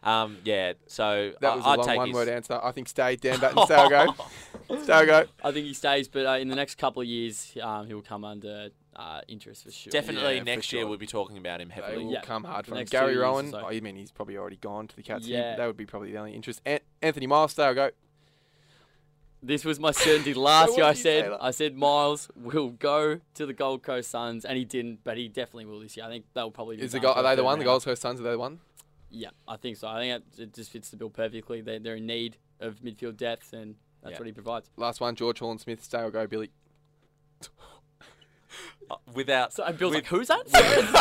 Speaker 4: um, yeah. So I,
Speaker 2: That was a
Speaker 4: I'd
Speaker 2: long
Speaker 4: take
Speaker 2: one word
Speaker 4: his-
Speaker 2: answer. I think stay, Dan Batten, Sargo. Sargo.
Speaker 3: I think he stays, but uh, in the next couple of years, um, he will come under uh, interest for sure.
Speaker 4: Definitely
Speaker 2: Yeah, for
Speaker 4: next year
Speaker 2: sure.
Speaker 4: we'll be talking about him
Speaker 2: They
Speaker 4: heavily.
Speaker 2: will
Speaker 3: Yeah.
Speaker 2: come hard for him.
Speaker 3: Next two
Speaker 2: Gary
Speaker 3: years or
Speaker 2: Rowan.
Speaker 3: so.
Speaker 2: Oh, you mean he's probably already gone to the Cats? He-
Speaker 3: Yeah.
Speaker 2: That would be probably the only interest. An- Anthony Miles, Sargo.
Speaker 3: This was my certainty last
Speaker 2: So
Speaker 3: year. I
Speaker 2: what did you say
Speaker 3: said,
Speaker 2: that-
Speaker 3: I said Miles will go to the Gold Coast Suns, and he didn't, but he definitely will this year. I think they'll probably. be
Speaker 2: Is the
Speaker 3: going
Speaker 2: goal,
Speaker 3: for
Speaker 2: are
Speaker 3: a
Speaker 2: they the
Speaker 3: third
Speaker 2: one? The
Speaker 3: round.
Speaker 2: Gold Coast Suns are they the one?
Speaker 3: Yeah, I think so. I think it, it just fits the bill perfectly. They're, they're in need of midfield depth, and that's
Speaker 4: Yeah.
Speaker 3: what he provides.
Speaker 2: Last one, George Horn Smith, stay or go, Billy.
Speaker 4: Uh, without
Speaker 3: So and Bill's
Speaker 4: with-
Speaker 3: like, who's that?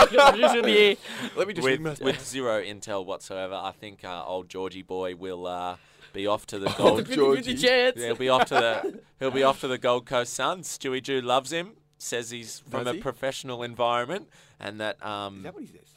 Speaker 3: Producer of the year.
Speaker 2: Let me just
Speaker 4: with,
Speaker 2: read my-
Speaker 4: with zero intel whatsoever. I think uh, old Georgie boy will uh, be off to the Gold.
Speaker 2: Georgie.
Speaker 3: 50-50 chance.
Speaker 4: he'll be off to the he'll be off to the Gold Coast Suns. Stewie Jew loves him. Says he's from
Speaker 2: Does
Speaker 4: a
Speaker 2: he?
Speaker 4: professional environment, and that um
Speaker 2: Is that what he says?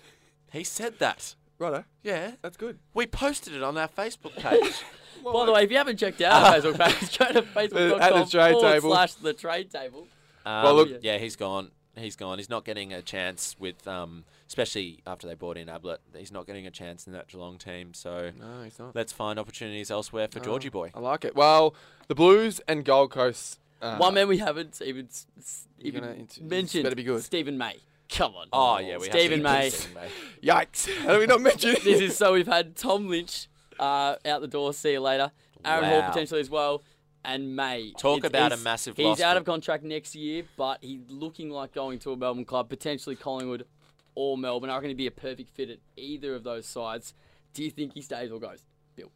Speaker 4: he said that.
Speaker 2: Righto,
Speaker 4: Yeah,
Speaker 2: that's good.
Speaker 4: we posted it on our Facebook page.
Speaker 3: By the way, if you haven't checked out our Facebook page, go to facebook.com
Speaker 2: At the trade
Speaker 3: forward
Speaker 2: table.
Speaker 3: slash the trade table.
Speaker 4: Um,
Speaker 2: Well, look-
Speaker 4: yeah, he's gone. He's gone. He's not getting a chance with, um, especially after they brought in Ablett. He's not getting a chance in that Geelong team. So
Speaker 2: No, he's not.
Speaker 4: let's find opportunities elsewhere for
Speaker 2: Oh,
Speaker 4: Georgie boy.
Speaker 2: I like it. Well, the Blues and Gold Coast. Uh,
Speaker 3: One man we haven't even, s- s-
Speaker 2: You're
Speaker 3: even
Speaker 2: gonna int-
Speaker 3: mentioned.
Speaker 2: better be good.
Speaker 3: Stephen May. Come on.
Speaker 4: Oh yeah, we have to
Speaker 3: Stephen
Speaker 4: keep
Speaker 3: May.
Speaker 4: Stephen May.
Speaker 2: Yikes! How do we not mention it?
Speaker 3: this is so we've had Tom Lynch uh, out the door. See you later. Aaron
Speaker 4: Wow.
Speaker 3: Hall potentially as well, and May.
Speaker 4: Talk about a
Speaker 3: he's-
Speaker 4: massive
Speaker 3: He's
Speaker 4: loss
Speaker 3: out
Speaker 4: for-
Speaker 3: of contract next year, but he's looking like going to a Melbourne club, potentially Collingwood or Melbourne. I reckon he'd be a perfect fit at either of those sides. Do you think he stays or goes? Bill.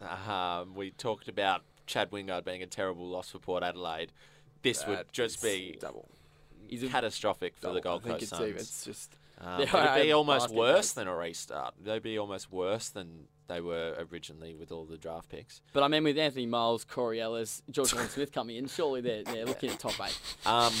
Speaker 4: Um, we talked about Chad Wingard being a terrible loss for Port Adelaide. This would
Speaker 2: That
Speaker 4: just
Speaker 2: is
Speaker 4: be
Speaker 2: double.
Speaker 3: He's a,
Speaker 4: catastrophic for the
Speaker 2: double.
Speaker 4: Gold
Speaker 2: I think
Speaker 4: Coast
Speaker 2: it's
Speaker 4: Suns.
Speaker 2: even- It's just
Speaker 4: Um,
Speaker 3: They
Speaker 4: it'd
Speaker 3: are
Speaker 4: be
Speaker 3: a
Speaker 4: almost
Speaker 3: basket
Speaker 4: worse
Speaker 3: case.
Speaker 4: than a restart. They'd be almost worse than they were originally with all the draft picks.
Speaker 3: but I mean, with Anthony Miles, Corey Ellis, George Warren Smith coming in, surely they're, they're looking at top eight.
Speaker 4: Um,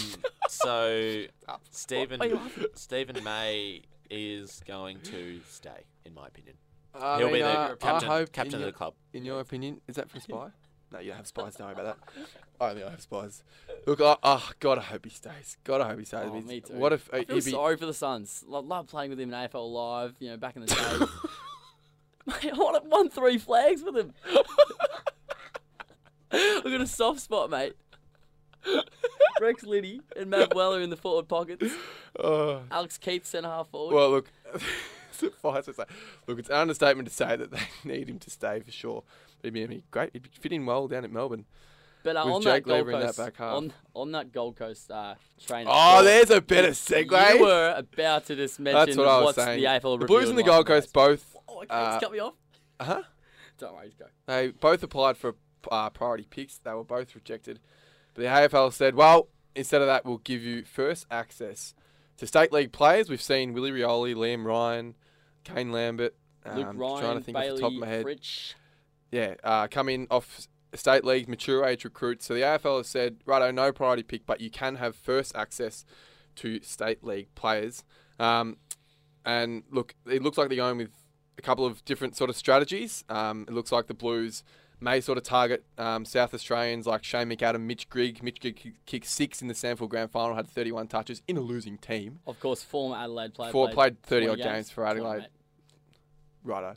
Speaker 4: so Stephen
Speaker 3: Why are you laughing?
Speaker 4: Stephen May is going to stay, in my opinion.
Speaker 2: I
Speaker 4: He'll
Speaker 2: mean,
Speaker 4: be the
Speaker 2: uh,
Speaker 4: captain,
Speaker 2: I hope
Speaker 4: captain
Speaker 2: in
Speaker 4: of
Speaker 2: your,
Speaker 4: the club.
Speaker 2: In your opinion, is that from Spy? no, you don't have spies. Don't worry about that. I only have spies. Look, I, oh, God, I hope he stays. God, I hope he stays.
Speaker 3: Oh,
Speaker 2: It's-
Speaker 3: me too.
Speaker 2: What if uh,
Speaker 3: I feel
Speaker 2: he'd be,
Speaker 3: sorry for the Suns. Lo- Love playing with him in AFL Live, you know, back in the day. Mate, I won, won three flags with him. I've got a soft spot, mate. Rex Liddy and Matt Weller in the forward pockets.
Speaker 2: Oh,
Speaker 3: Alex Keith, centre half forward.
Speaker 2: well, look, suffice to say, look, it's an understatement to say that they need him to stay for sure. But he'd be, he'd be great. He'd fit in well down at Melbourne.
Speaker 3: but uh,
Speaker 2: with
Speaker 3: on
Speaker 2: Jake
Speaker 3: that Gold
Speaker 2: Lever in that
Speaker 3: Coast,
Speaker 2: back half.
Speaker 3: on on that Gold Coast uh, train.
Speaker 2: Oh, there's a better
Speaker 3: You
Speaker 2: segue.
Speaker 3: were about to just mention
Speaker 2: That's what I was
Speaker 3: what's
Speaker 2: saying.
Speaker 3: the AFL
Speaker 2: the
Speaker 3: review
Speaker 2: Blues and the
Speaker 3: like
Speaker 2: Gold Coast
Speaker 3: today.
Speaker 2: both,
Speaker 3: Oh, okay,
Speaker 2: uh, uh-huh.
Speaker 3: it's cut me off.
Speaker 2: huh?
Speaker 3: Don't worry, just go.
Speaker 2: They both applied for uh, priority picks. They were both rejected. But the AFL said, well, instead of that, we'll give you first access to state league players, we've seen Willie Rioli, Liam Ryan, Kane Lambert.
Speaker 3: Luke
Speaker 2: um,
Speaker 3: Ryan,
Speaker 2: trying to think
Speaker 3: Bailey,
Speaker 2: off the top of my head.
Speaker 3: Fritsch.
Speaker 2: Yeah, uh, come in off state league mature age recruits. So the AFL has said, righto, no priority pick, but you can have first access to state league players. Um, and look, it looks like they're going with a couple of different sort of strategies. Um, it looks like the Blues may sort of target um, South Australians like Shane McAdam, Mitch Grigg. Mitch Grigg ki- kicked six in the Sanford Grand Final, had 31 touches in a losing team.
Speaker 3: Of course, former Adelaide player.
Speaker 2: Four- played 30
Speaker 3: 20
Speaker 2: odd games for
Speaker 3: Come on,
Speaker 2: Adelaide. Righto.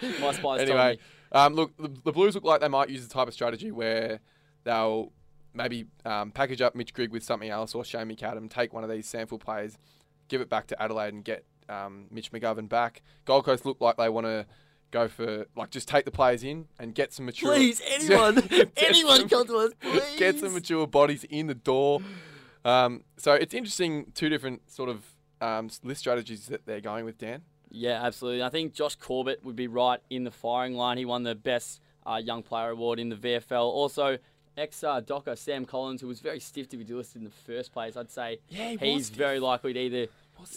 Speaker 3: mate. My spies told
Speaker 2: anyway,
Speaker 3: me.
Speaker 2: um, look, the, the Blues look like they might use the type of strategy where they'll maybe um, package up Mitch Grigg with something else or Shane McAdam, take one of these sample players, give it back to Adelaide and get um, Mitch McGovern back. Gold Coast look like they want to go for, like, just take the players in and get some mature.
Speaker 3: Please, anyone,
Speaker 2: Get
Speaker 3: anyone,
Speaker 2: some-
Speaker 3: come to us, please.
Speaker 2: Get some mature bodies in the door. Um, so it's interesting, two different sort of um, s- list strategies that they're going with, Dan.
Speaker 3: Yeah, absolutely. I think Josh Corbett would be right in the firing line. He won the best uh, young player award in the VFL. Also, ex uh, Docker Sam Collins, who was very stiff to be delisted in the first place, I'd say
Speaker 2: Yeah, he was
Speaker 3: he's
Speaker 2: stiff.
Speaker 3: very likely to either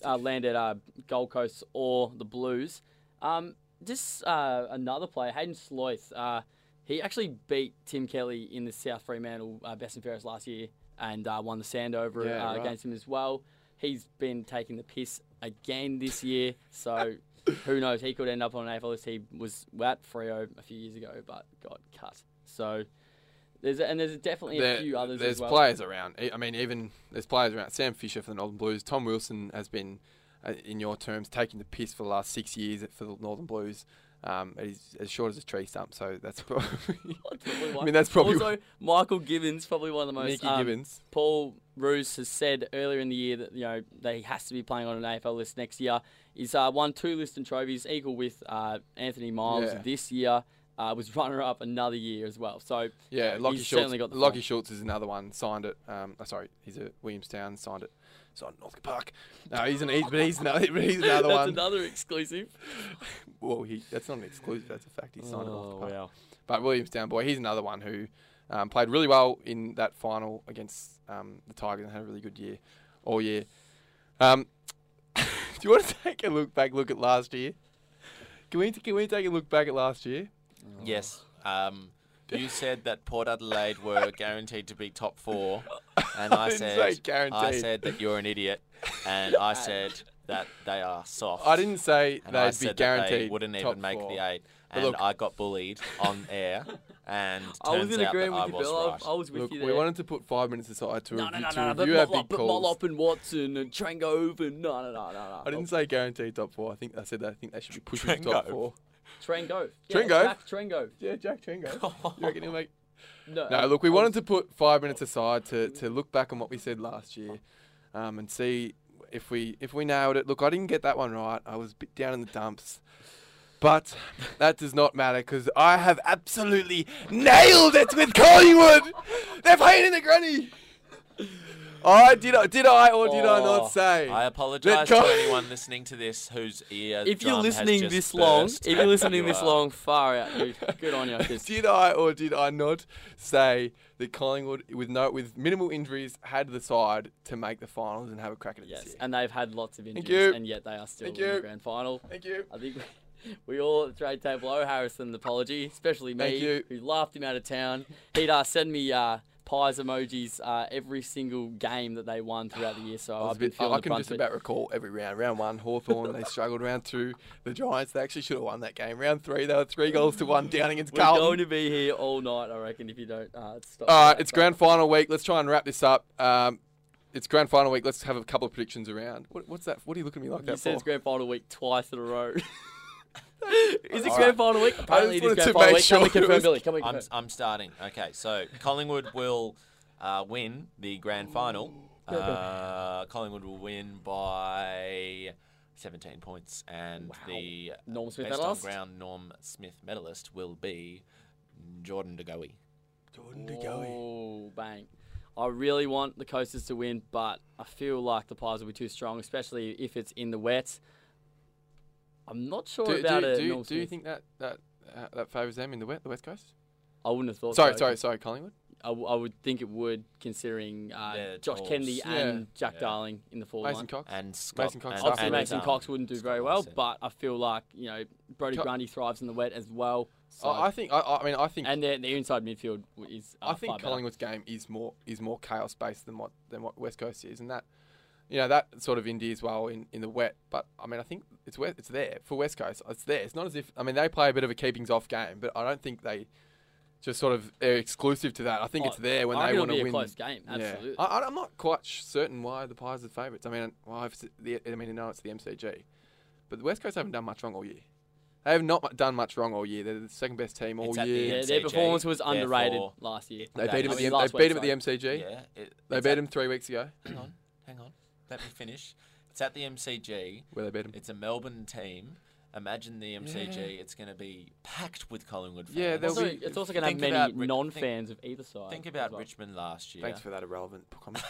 Speaker 3: uh, land at uh, Gold Coast or the Blues. Um, just uh, another player, Hayden Sloyth. Uh, he actually beat Tim Kelly in the South Fremantle uh, Best and Fairest last year and uh, won the Sandover
Speaker 2: Yeah,
Speaker 3: uh,
Speaker 2: right.
Speaker 3: against him as well. He's been taking the piss again this year, so who knows? He could end up on an AFL list. He was at Freo a few years ago, but got cut. So there's and there's definitely
Speaker 2: There-
Speaker 3: a few others
Speaker 2: There's
Speaker 3: as well.
Speaker 2: players around. E, I- I mean, even there's players around. Sam Fisher for the Northern Blues. Tom Wilson has been, uh, in your terms, taking the piss for the last six years for the Northern Blues. Um, and he's as short as a tree stump, so that's probably.
Speaker 3: That's probably
Speaker 2: I
Speaker 3: why.
Speaker 2: mean, that's probably
Speaker 3: also Michael Gibbons, probably one of the most.
Speaker 2: Nicky
Speaker 3: um,
Speaker 2: Gibbons.
Speaker 3: Paul Roos has said earlier in the year that you know that he has to be playing on an AFL list next year. He's uh, won two listed trophies, equal with uh, Anthony Miles
Speaker 2: Yeah.
Speaker 3: this year. Uh, was runner up another year as well. So
Speaker 2: Yeah, Lockie
Speaker 3: he's
Speaker 2: Schultz.
Speaker 3: certainly got the
Speaker 2: Lockie
Speaker 3: form.
Speaker 2: Schultz is another one. Signed it. Um, oh, sorry, he's a Williamstown. Signed it. Signed at Northcote Park. No, he's an. He's, but he's another. But he's another
Speaker 3: that's
Speaker 2: one.
Speaker 3: another exclusive.
Speaker 2: Well, he. That's not an exclusive. That's a fact. He signed at
Speaker 4: Oh,
Speaker 2: Northcote Park.
Speaker 3: wow.
Speaker 2: But Williamstown boy, he's another one who um, played really well in that final against um, the Tigers and had a really good year all year. Um, do you want to take a look back look at last year? Can we can we take a look back at last year?
Speaker 4: Yes.
Speaker 3: Oh.
Speaker 4: Um, you said that Port Adelaide were guaranteed to be top four, and I,
Speaker 2: I didn't say
Speaker 4: said I
Speaker 2: guaranteed.
Speaker 4: said that you're an idiot, and I said that they are soft.
Speaker 2: I didn't say
Speaker 4: and
Speaker 2: they'd
Speaker 4: I
Speaker 2: be
Speaker 4: said that
Speaker 2: guaranteed.
Speaker 4: they wouldn't
Speaker 2: top
Speaker 4: even make
Speaker 2: four.
Speaker 4: the eight,
Speaker 2: But
Speaker 4: and
Speaker 2: look-
Speaker 4: I got bullied on air, and turns
Speaker 3: I was in
Speaker 4: out that
Speaker 3: agreement
Speaker 4: I
Speaker 3: with you,
Speaker 4: was
Speaker 3: Bill.
Speaker 4: right.
Speaker 3: I, I was with
Speaker 2: Look,
Speaker 3: you
Speaker 2: we
Speaker 3: there.
Speaker 2: wanted to put five minutes aside to
Speaker 3: no, no,
Speaker 2: review,
Speaker 3: no,
Speaker 2: to
Speaker 3: no, no. But
Speaker 2: review our
Speaker 3: Mollop,
Speaker 2: big
Speaker 3: but
Speaker 2: calls.
Speaker 3: Mollop and Watson and Trangove and no, no, no, no, no.
Speaker 2: I didn't say guaranteed top four. I think I said that I think they should be pushing to top
Speaker 4: Trengo.
Speaker 2: four.
Speaker 3: Trangove.
Speaker 2: Trengove?
Speaker 3: Jack Trangove.
Speaker 2: Yeah, Jack Trengo. you reckon he'll make
Speaker 3: No,
Speaker 2: No,
Speaker 3: uh,
Speaker 2: look, we
Speaker 3: I
Speaker 2: wanted to put five minutes aside to, to look back on what we said last year, um, and see if we if we nailed it. Look, I didn't get that one right. I was a bit down in the dumps, but that does not matter because I have absolutely nailed it with Collingwood. They're playing in the granny. I did I did I or did I
Speaker 3: Oh,
Speaker 2: not say?
Speaker 4: I apologise
Speaker 2: go-
Speaker 4: to anyone listening to this whose ear.
Speaker 3: If you're
Speaker 4: drum has
Speaker 3: listening
Speaker 4: just
Speaker 3: this long, if
Speaker 4: burst,
Speaker 3: you're
Speaker 4: and
Speaker 3: listening
Speaker 4: you
Speaker 3: this
Speaker 4: are-
Speaker 3: long, far out, dude. Good on you. 'cause
Speaker 2: did I or did I not say that Collingwood, with no with minimal injuries, had the side to make the finals and have a crack at it? this
Speaker 3: Yes,
Speaker 2: year?
Speaker 3: and they've had lots of injuries,
Speaker 2: you.
Speaker 3: and yet they are still
Speaker 2: Thank
Speaker 3: in the
Speaker 2: you.
Speaker 3: grand final.
Speaker 2: Thank you.
Speaker 3: I think we, we all at the trade table owe Harrison an apology, especially me,
Speaker 2: Thank you.
Speaker 3: who laughed him out of town. He'd uh, send me uh, pies emojis uh, every single game that they won throughout the year, so
Speaker 2: I, was
Speaker 3: I've
Speaker 2: a
Speaker 3: been
Speaker 2: bit, I
Speaker 3: feeling the
Speaker 2: can
Speaker 3: brunt
Speaker 2: just
Speaker 3: of it.
Speaker 2: about recall every round. Round one, Hawthorn, they struggled. Round two, the Giants, they actually should have won that game. Round three, they were three goals to one down against
Speaker 3: We're
Speaker 2: Carlton.
Speaker 3: going to be here all night, I reckon, if you don't uh, stop.
Speaker 2: All right,
Speaker 3: that,
Speaker 2: it's
Speaker 3: but-
Speaker 2: grand final week. Let's try and wrap this up. Um, it's grand final week. Let's have a couple of predictions around. What, what's that? What are you looking at me like
Speaker 3: He
Speaker 2: that for?
Speaker 3: says grand final week twice in a row. Is it
Speaker 2: All
Speaker 3: grand
Speaker 2: right.
Speaker 3: final week? Apparently it is
Speaker 2: wanted to
Speaker 3: grand final
Speaker 2: make
Speaker 3: week. Can we
Speaker 2: sure it
Speaker 3: confirm,
Speaker 2: was-
Speaker 3: Billy? Can we
Speaker 4: I'm,
Speaker 3: confirm?
Speaker 4: I'm starting. Okay, so Collingwood will uh, win the grand final. Uh, Collingwood will win by 17 points, and
Speaker 3: Wow.
Speaker 4: the
Speaker 3: Norm Smith
Speaker 4: best on
Speaker 3: medalist?
Speaker 4: ground Norm Smith medalist will be Jordan DeGoey.
Speaker 2: Jordan De Goey.
Speaker 3: Oh, bang. I really want the Coasters to win, but I feel like the Pies will be too strong, especially if it's in the wet. I'm not sure
Speaker 2: Do, do,
Speaker 3: about
Speaker 2: do,
Speaker 3: it.
Speaker 2: do, you think that that uh, that favours them in the west, the West Coast?
Speaker 3: I wouldn't have thought
Speaker 2: Sorry,
Speaker 3: so.
Speaker 2: sorry, sorry, Collingwood.
Speaker 3: I, w- I would think it would, considering uh,
Speaker 4: They're
Speaker 3: Josh
Speaker 4: tall.
Speaker 3: Kennedy
Speaker 2: Yeah.
Speaker 3: and Jack
Speaker 4: Yeah.
Speaker 3: Darling in the forward
Speaker 2: Mason
Speaker 3: line.
Speaker 2: Cox.
Speaker 4: and Scott
Speaker 2: Mason Cox
Speaker 4: and-
Speaker 2: started.
Speaker 3: Obviously,
Speaker 4: and,
Speaker 3: Mason
Speaker 4: um,
Speaker 3: Cox wouldn't do
Speaker 4: Scott
Speaker 3: very well,
Speaker 4: Wilson.
Speaker 3: but I feel like you know Brody
Speaker 2: Co- Oh,
Speaker 3: Grundy thrives in the wet as well. So,
Speaker 2: I I think. I, I mean, I think.
Speaker 3: and their, their inside midfield w- is. Uh,
Speaker 2: I
Speaker 3: far
Speaker 2: think
Speaker 3: better.
Speaker 2: Collingwood's game is more is more chaos based than what than what West Coast is, and that you know that sort of endears well in, in the wet. But I mean, I think it's we- it's there for West Coast. It's there. It's not as if I mean they play a bit of a keepings off game, but I don't think they just sort of are exclusive to that. I think
Speaker 3: Oh,
Speaker 2: it's there when
Speaker 3: I reckon
Speaker 2: they
Speaker 3: it'll
Speaker 2: want
Speaker 3: be
Speaker 2: to
Speaker 3: a
Speaker 2: win.
Speaker 3: close game,
Speaker 2: Yeah.
Speaker 3: absolutely.
Speaker 2: I, I'm not quite sh- certain why the Pies are favourites. I mean, well, if it's the, I mean, no, it's the MCG, but the West Coast haven't done much wrong all year. They have not mu- done much wrong all year. They're the second best team all
Speaker 4: It's at the
Speaker 2: year.
Speaker 3: Yeah,
Speaker 4: MCG,
Speaker 3: their performance was underrated
Speaker 4: therefore-
Speaker 3: last year.
Speaker 2: They beat him
Speaker 4: I
Speaker 2: at the
Speaker 4: mean,
Speaker 3: last
Speaker 2: they beat him at
Speaker 3: week,
Speaker 2: the MCG.
Speaker 4: Yeah, it,
Speaker 2: They
Speaker 4: it's
Speaker 2: beat
Speaker 4: at-
Speaker 2: him three weeks ago.
Speaker 4: Hang on, hang on. Let me finish. It's at the MCG.
Speaker 2: Where they beat him.
Speaker 4: It's a Melbourne team. Imagine the MCG. It's going to be packed with Collingwood fans.
Speaker 2: Yeah, they'll
Speaker 3: Also,
Speaker 2: be-
Speaker 3: it's also going to have
Speaker 4: Think
Speaker 3: many
Speaker 4: about Ri- think-
Speaker 3: non-fans of either side.
Speaker 4: Think
Speaker 3: as
Speaker 4: about
Speaker 3: well.
Speaker 4: Richmond last year.
Speaker 2: Thanks for that irrelevant comment.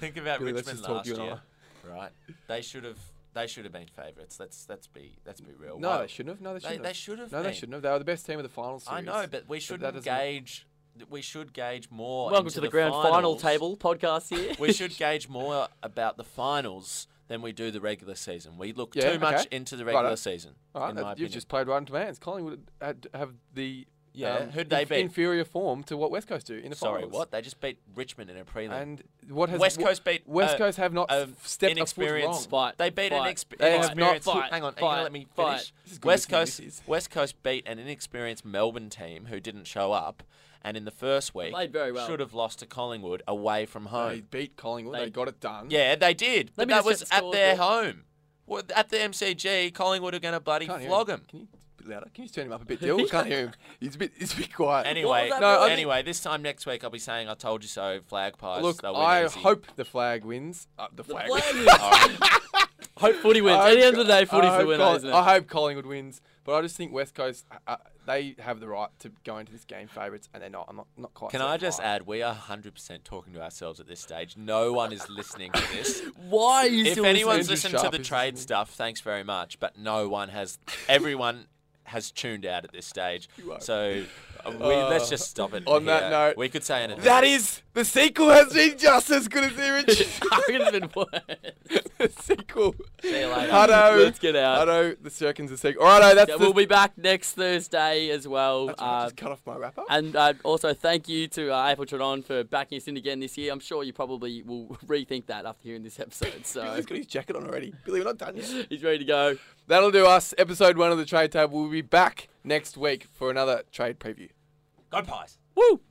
Speaker 4: Think about
Speaker 2: Billy, let's
Speaker 4: Richmond
Speaker 2: just talk
Speaker 4: last
Speaker 2: you and
Speaker 4: year. Right? They should have. They should have been favourites. Let's let's be let's be real.
Speaker 2: no,
Speaker 4: Why-
Speaker 2: they shouldn't have. No, they
Speaker 4: They,
Speaker 2: shouldn't.
Speaker 4: they
Speaker 2: have.
Speaker 4: should have.
Speaker 2: No, they
Speaker 4: been.
Speaker 2: shouldn't have. They were the best team of the final series.
Speaker 4: I know, but we should
Speaker 2: that
Speaker 4: not
Speaker 2: doesn't-
Speaker 4: gauge. We should gauge more.
Speaker 3: Welcome
Speaker 4: into
Speaker 3: to the, grand final
Speaker 4: finals.
Speaker 3: table podcast here.
Speaker 4: we should gauge more about the finals than we do the regular season. We look
Speaker 2: Yeah,
Speaker 4: too much
Speaker 2: okay.
Speaker 4: into the
Speaker 2: Righto.
Speaker 4: regular season.
Speaker 2: All right,
Speaker 4: in
Speaker 2: that-
Speaker 4: my
Speaker 2: you've
Speaker 4: opinion.
Speaker 2: just played right into my hands. Collingwood had, have the
Speaker 4: Yeah,
Speaker 2: um,
Speaker 4: who'd they
Speaker 2: inf-
Speaker 4: beat?
Speaker 2: inferior form to what West Coast do in the
Speaker 4: Sorry,
Speaker 2: finals.
Speaker 4: what? They just beat Richmond in a prelim.
Speaker 2: And what has
Speaker 4: West
Speaker 2: wh-
Speaker 4: Coast beat
Speaker 2: West
Speaker 4: uh,
Speaker 2: Coast have not
Speaker 4: a
Speaker 2: f- stepped a foot wrong.
Speaker 4: inexperienced-
Speaker 3: Fight,
Speaker 4: they beat an
Speaker 3: fight.
Speaker 4: expe-
Speaker 2: They have
Speaker 4: inexperienced.
Speaker 2: not-
Speaker 4: hang on, hang on,
Speaker 3: fight,
Speaker 4: let me
Speaker 3: fight.
Speaker 4: finish.
Speaker 2: This is good
Speaker 4: West
Speaker 2: listening,
Speaker 4: Coast,
Speaker 2: this is.
Speaker 4: West Coast beat an inexperienced Melbourne team who didn't show up, and in the first week
Speaker 3: Played very well.
Speaker 4: should have lost to Collingwood away from home.
Speaker 2: They beat Collingwood. They,
Speaker 3: They-
Speaker 2: got it done.
Speaker 4: Yeah, they did.
Speaker 3: Let
Speaker 4: But
Speaker 3: me
Speaker 4: that
Speaker 3: just
Speaker 4: was
Speaker 3: set the
Speaker 4: at
Speaker 3: scores
Speaker 4: their
Speaker 3: there.
Speaker 4: home. Well, at the MCG, Collingwood are going to bloody
Speaker 2: Can't hear
Speaker 4: flog
Speaker 2: him.
Speaker 4: them.
Speaker 2: Can you a bit louder? Can you just turn him up a bit, Dill? We can't hear him. He's a bit. He's a bit quiet.
Speaker 4: Anyway,
Speaker 3: that
Speaker 2: No, I think-
Speaker 4: anyway, this time next week I'll be saying I told you so. Flag pies.
Speaker 2: Look,
Speaker 4: they'll win
Speaker 2: I
Speaker 4: easy.
Speaker 2: hope the flag wins. Uh, the
Speaker 3: The
Speaker 2: flag.
Speaker 3: flag wins. Hope footy wins. At the end of the day, footy's
Speaker 2: I
Speaker 3: the
Speaker 2: hope
Speaker 3: winner,
Speaker 2: Colli-
Speaker 3: isn't it?
Speaker 2: I hope Collingwood wins, but I just think West Coast uh, uh, they have the right to go into this game favourites, and they're not. I'm not, not quite.
Speaker 4: Can
Speaker 2: certain
Speaker 4: I just
Speaker 2: why.
Speaker 4: add, we are 100% talking to ourselves at this stage. No one is listening to this.
Speaker 3: Why are you
Speaker 4: if
Speaker 3: still
Speaker 4: anyone's
Speaker 2: Andrew
Speaker 3: listening?
Speaker 4: listened
Speaker 2: Sharp
Speaker 4: to the
Speaker 2: is
Speaker 4: trade
Speaker 2: listening.
Speaker 4: stuff, thanks very much. But no one has. Everyone has tuned out at this stage. So uh, we, let's just stop it.
Speaker 2: on that
Speaker 4: here.
Speaker 2: note-
Speaker 4: we could say an
Speaker 2: That is the sequel has been just as good as the original.
Speaker 3: I reckon it's been worse.
Speaker 2: the sequel.
Speaker 4: See you later.
Speaker 2: Hutto.
Speaker 3: Let's get out.
Speaker 2: Hutto, the circum's the sequel. All right, that's
Speaker 3: Yeah,
Speaker 2: the,
Speaker 3: we'll be back next Thursday as well.
Speaker 2: that's- I
Speaker 3: Uh,
Speaker 2: just cut off my wrap up.
Speaker 3: and uh, also, thank you to uh, April Trodon for backing us in again this year. I'm sure you probably will rethink that after hearing this episode. So
Speaker 2: Billy's got his jacket on already. Billy, we're not done yet.
Speaker 3: he's ready to go.
Speaker 2: That'll do us. Episode one of the trade table. We'll be back next week for another trade preview.
Speaker 4: Go pies.
Speaker 3: Woo!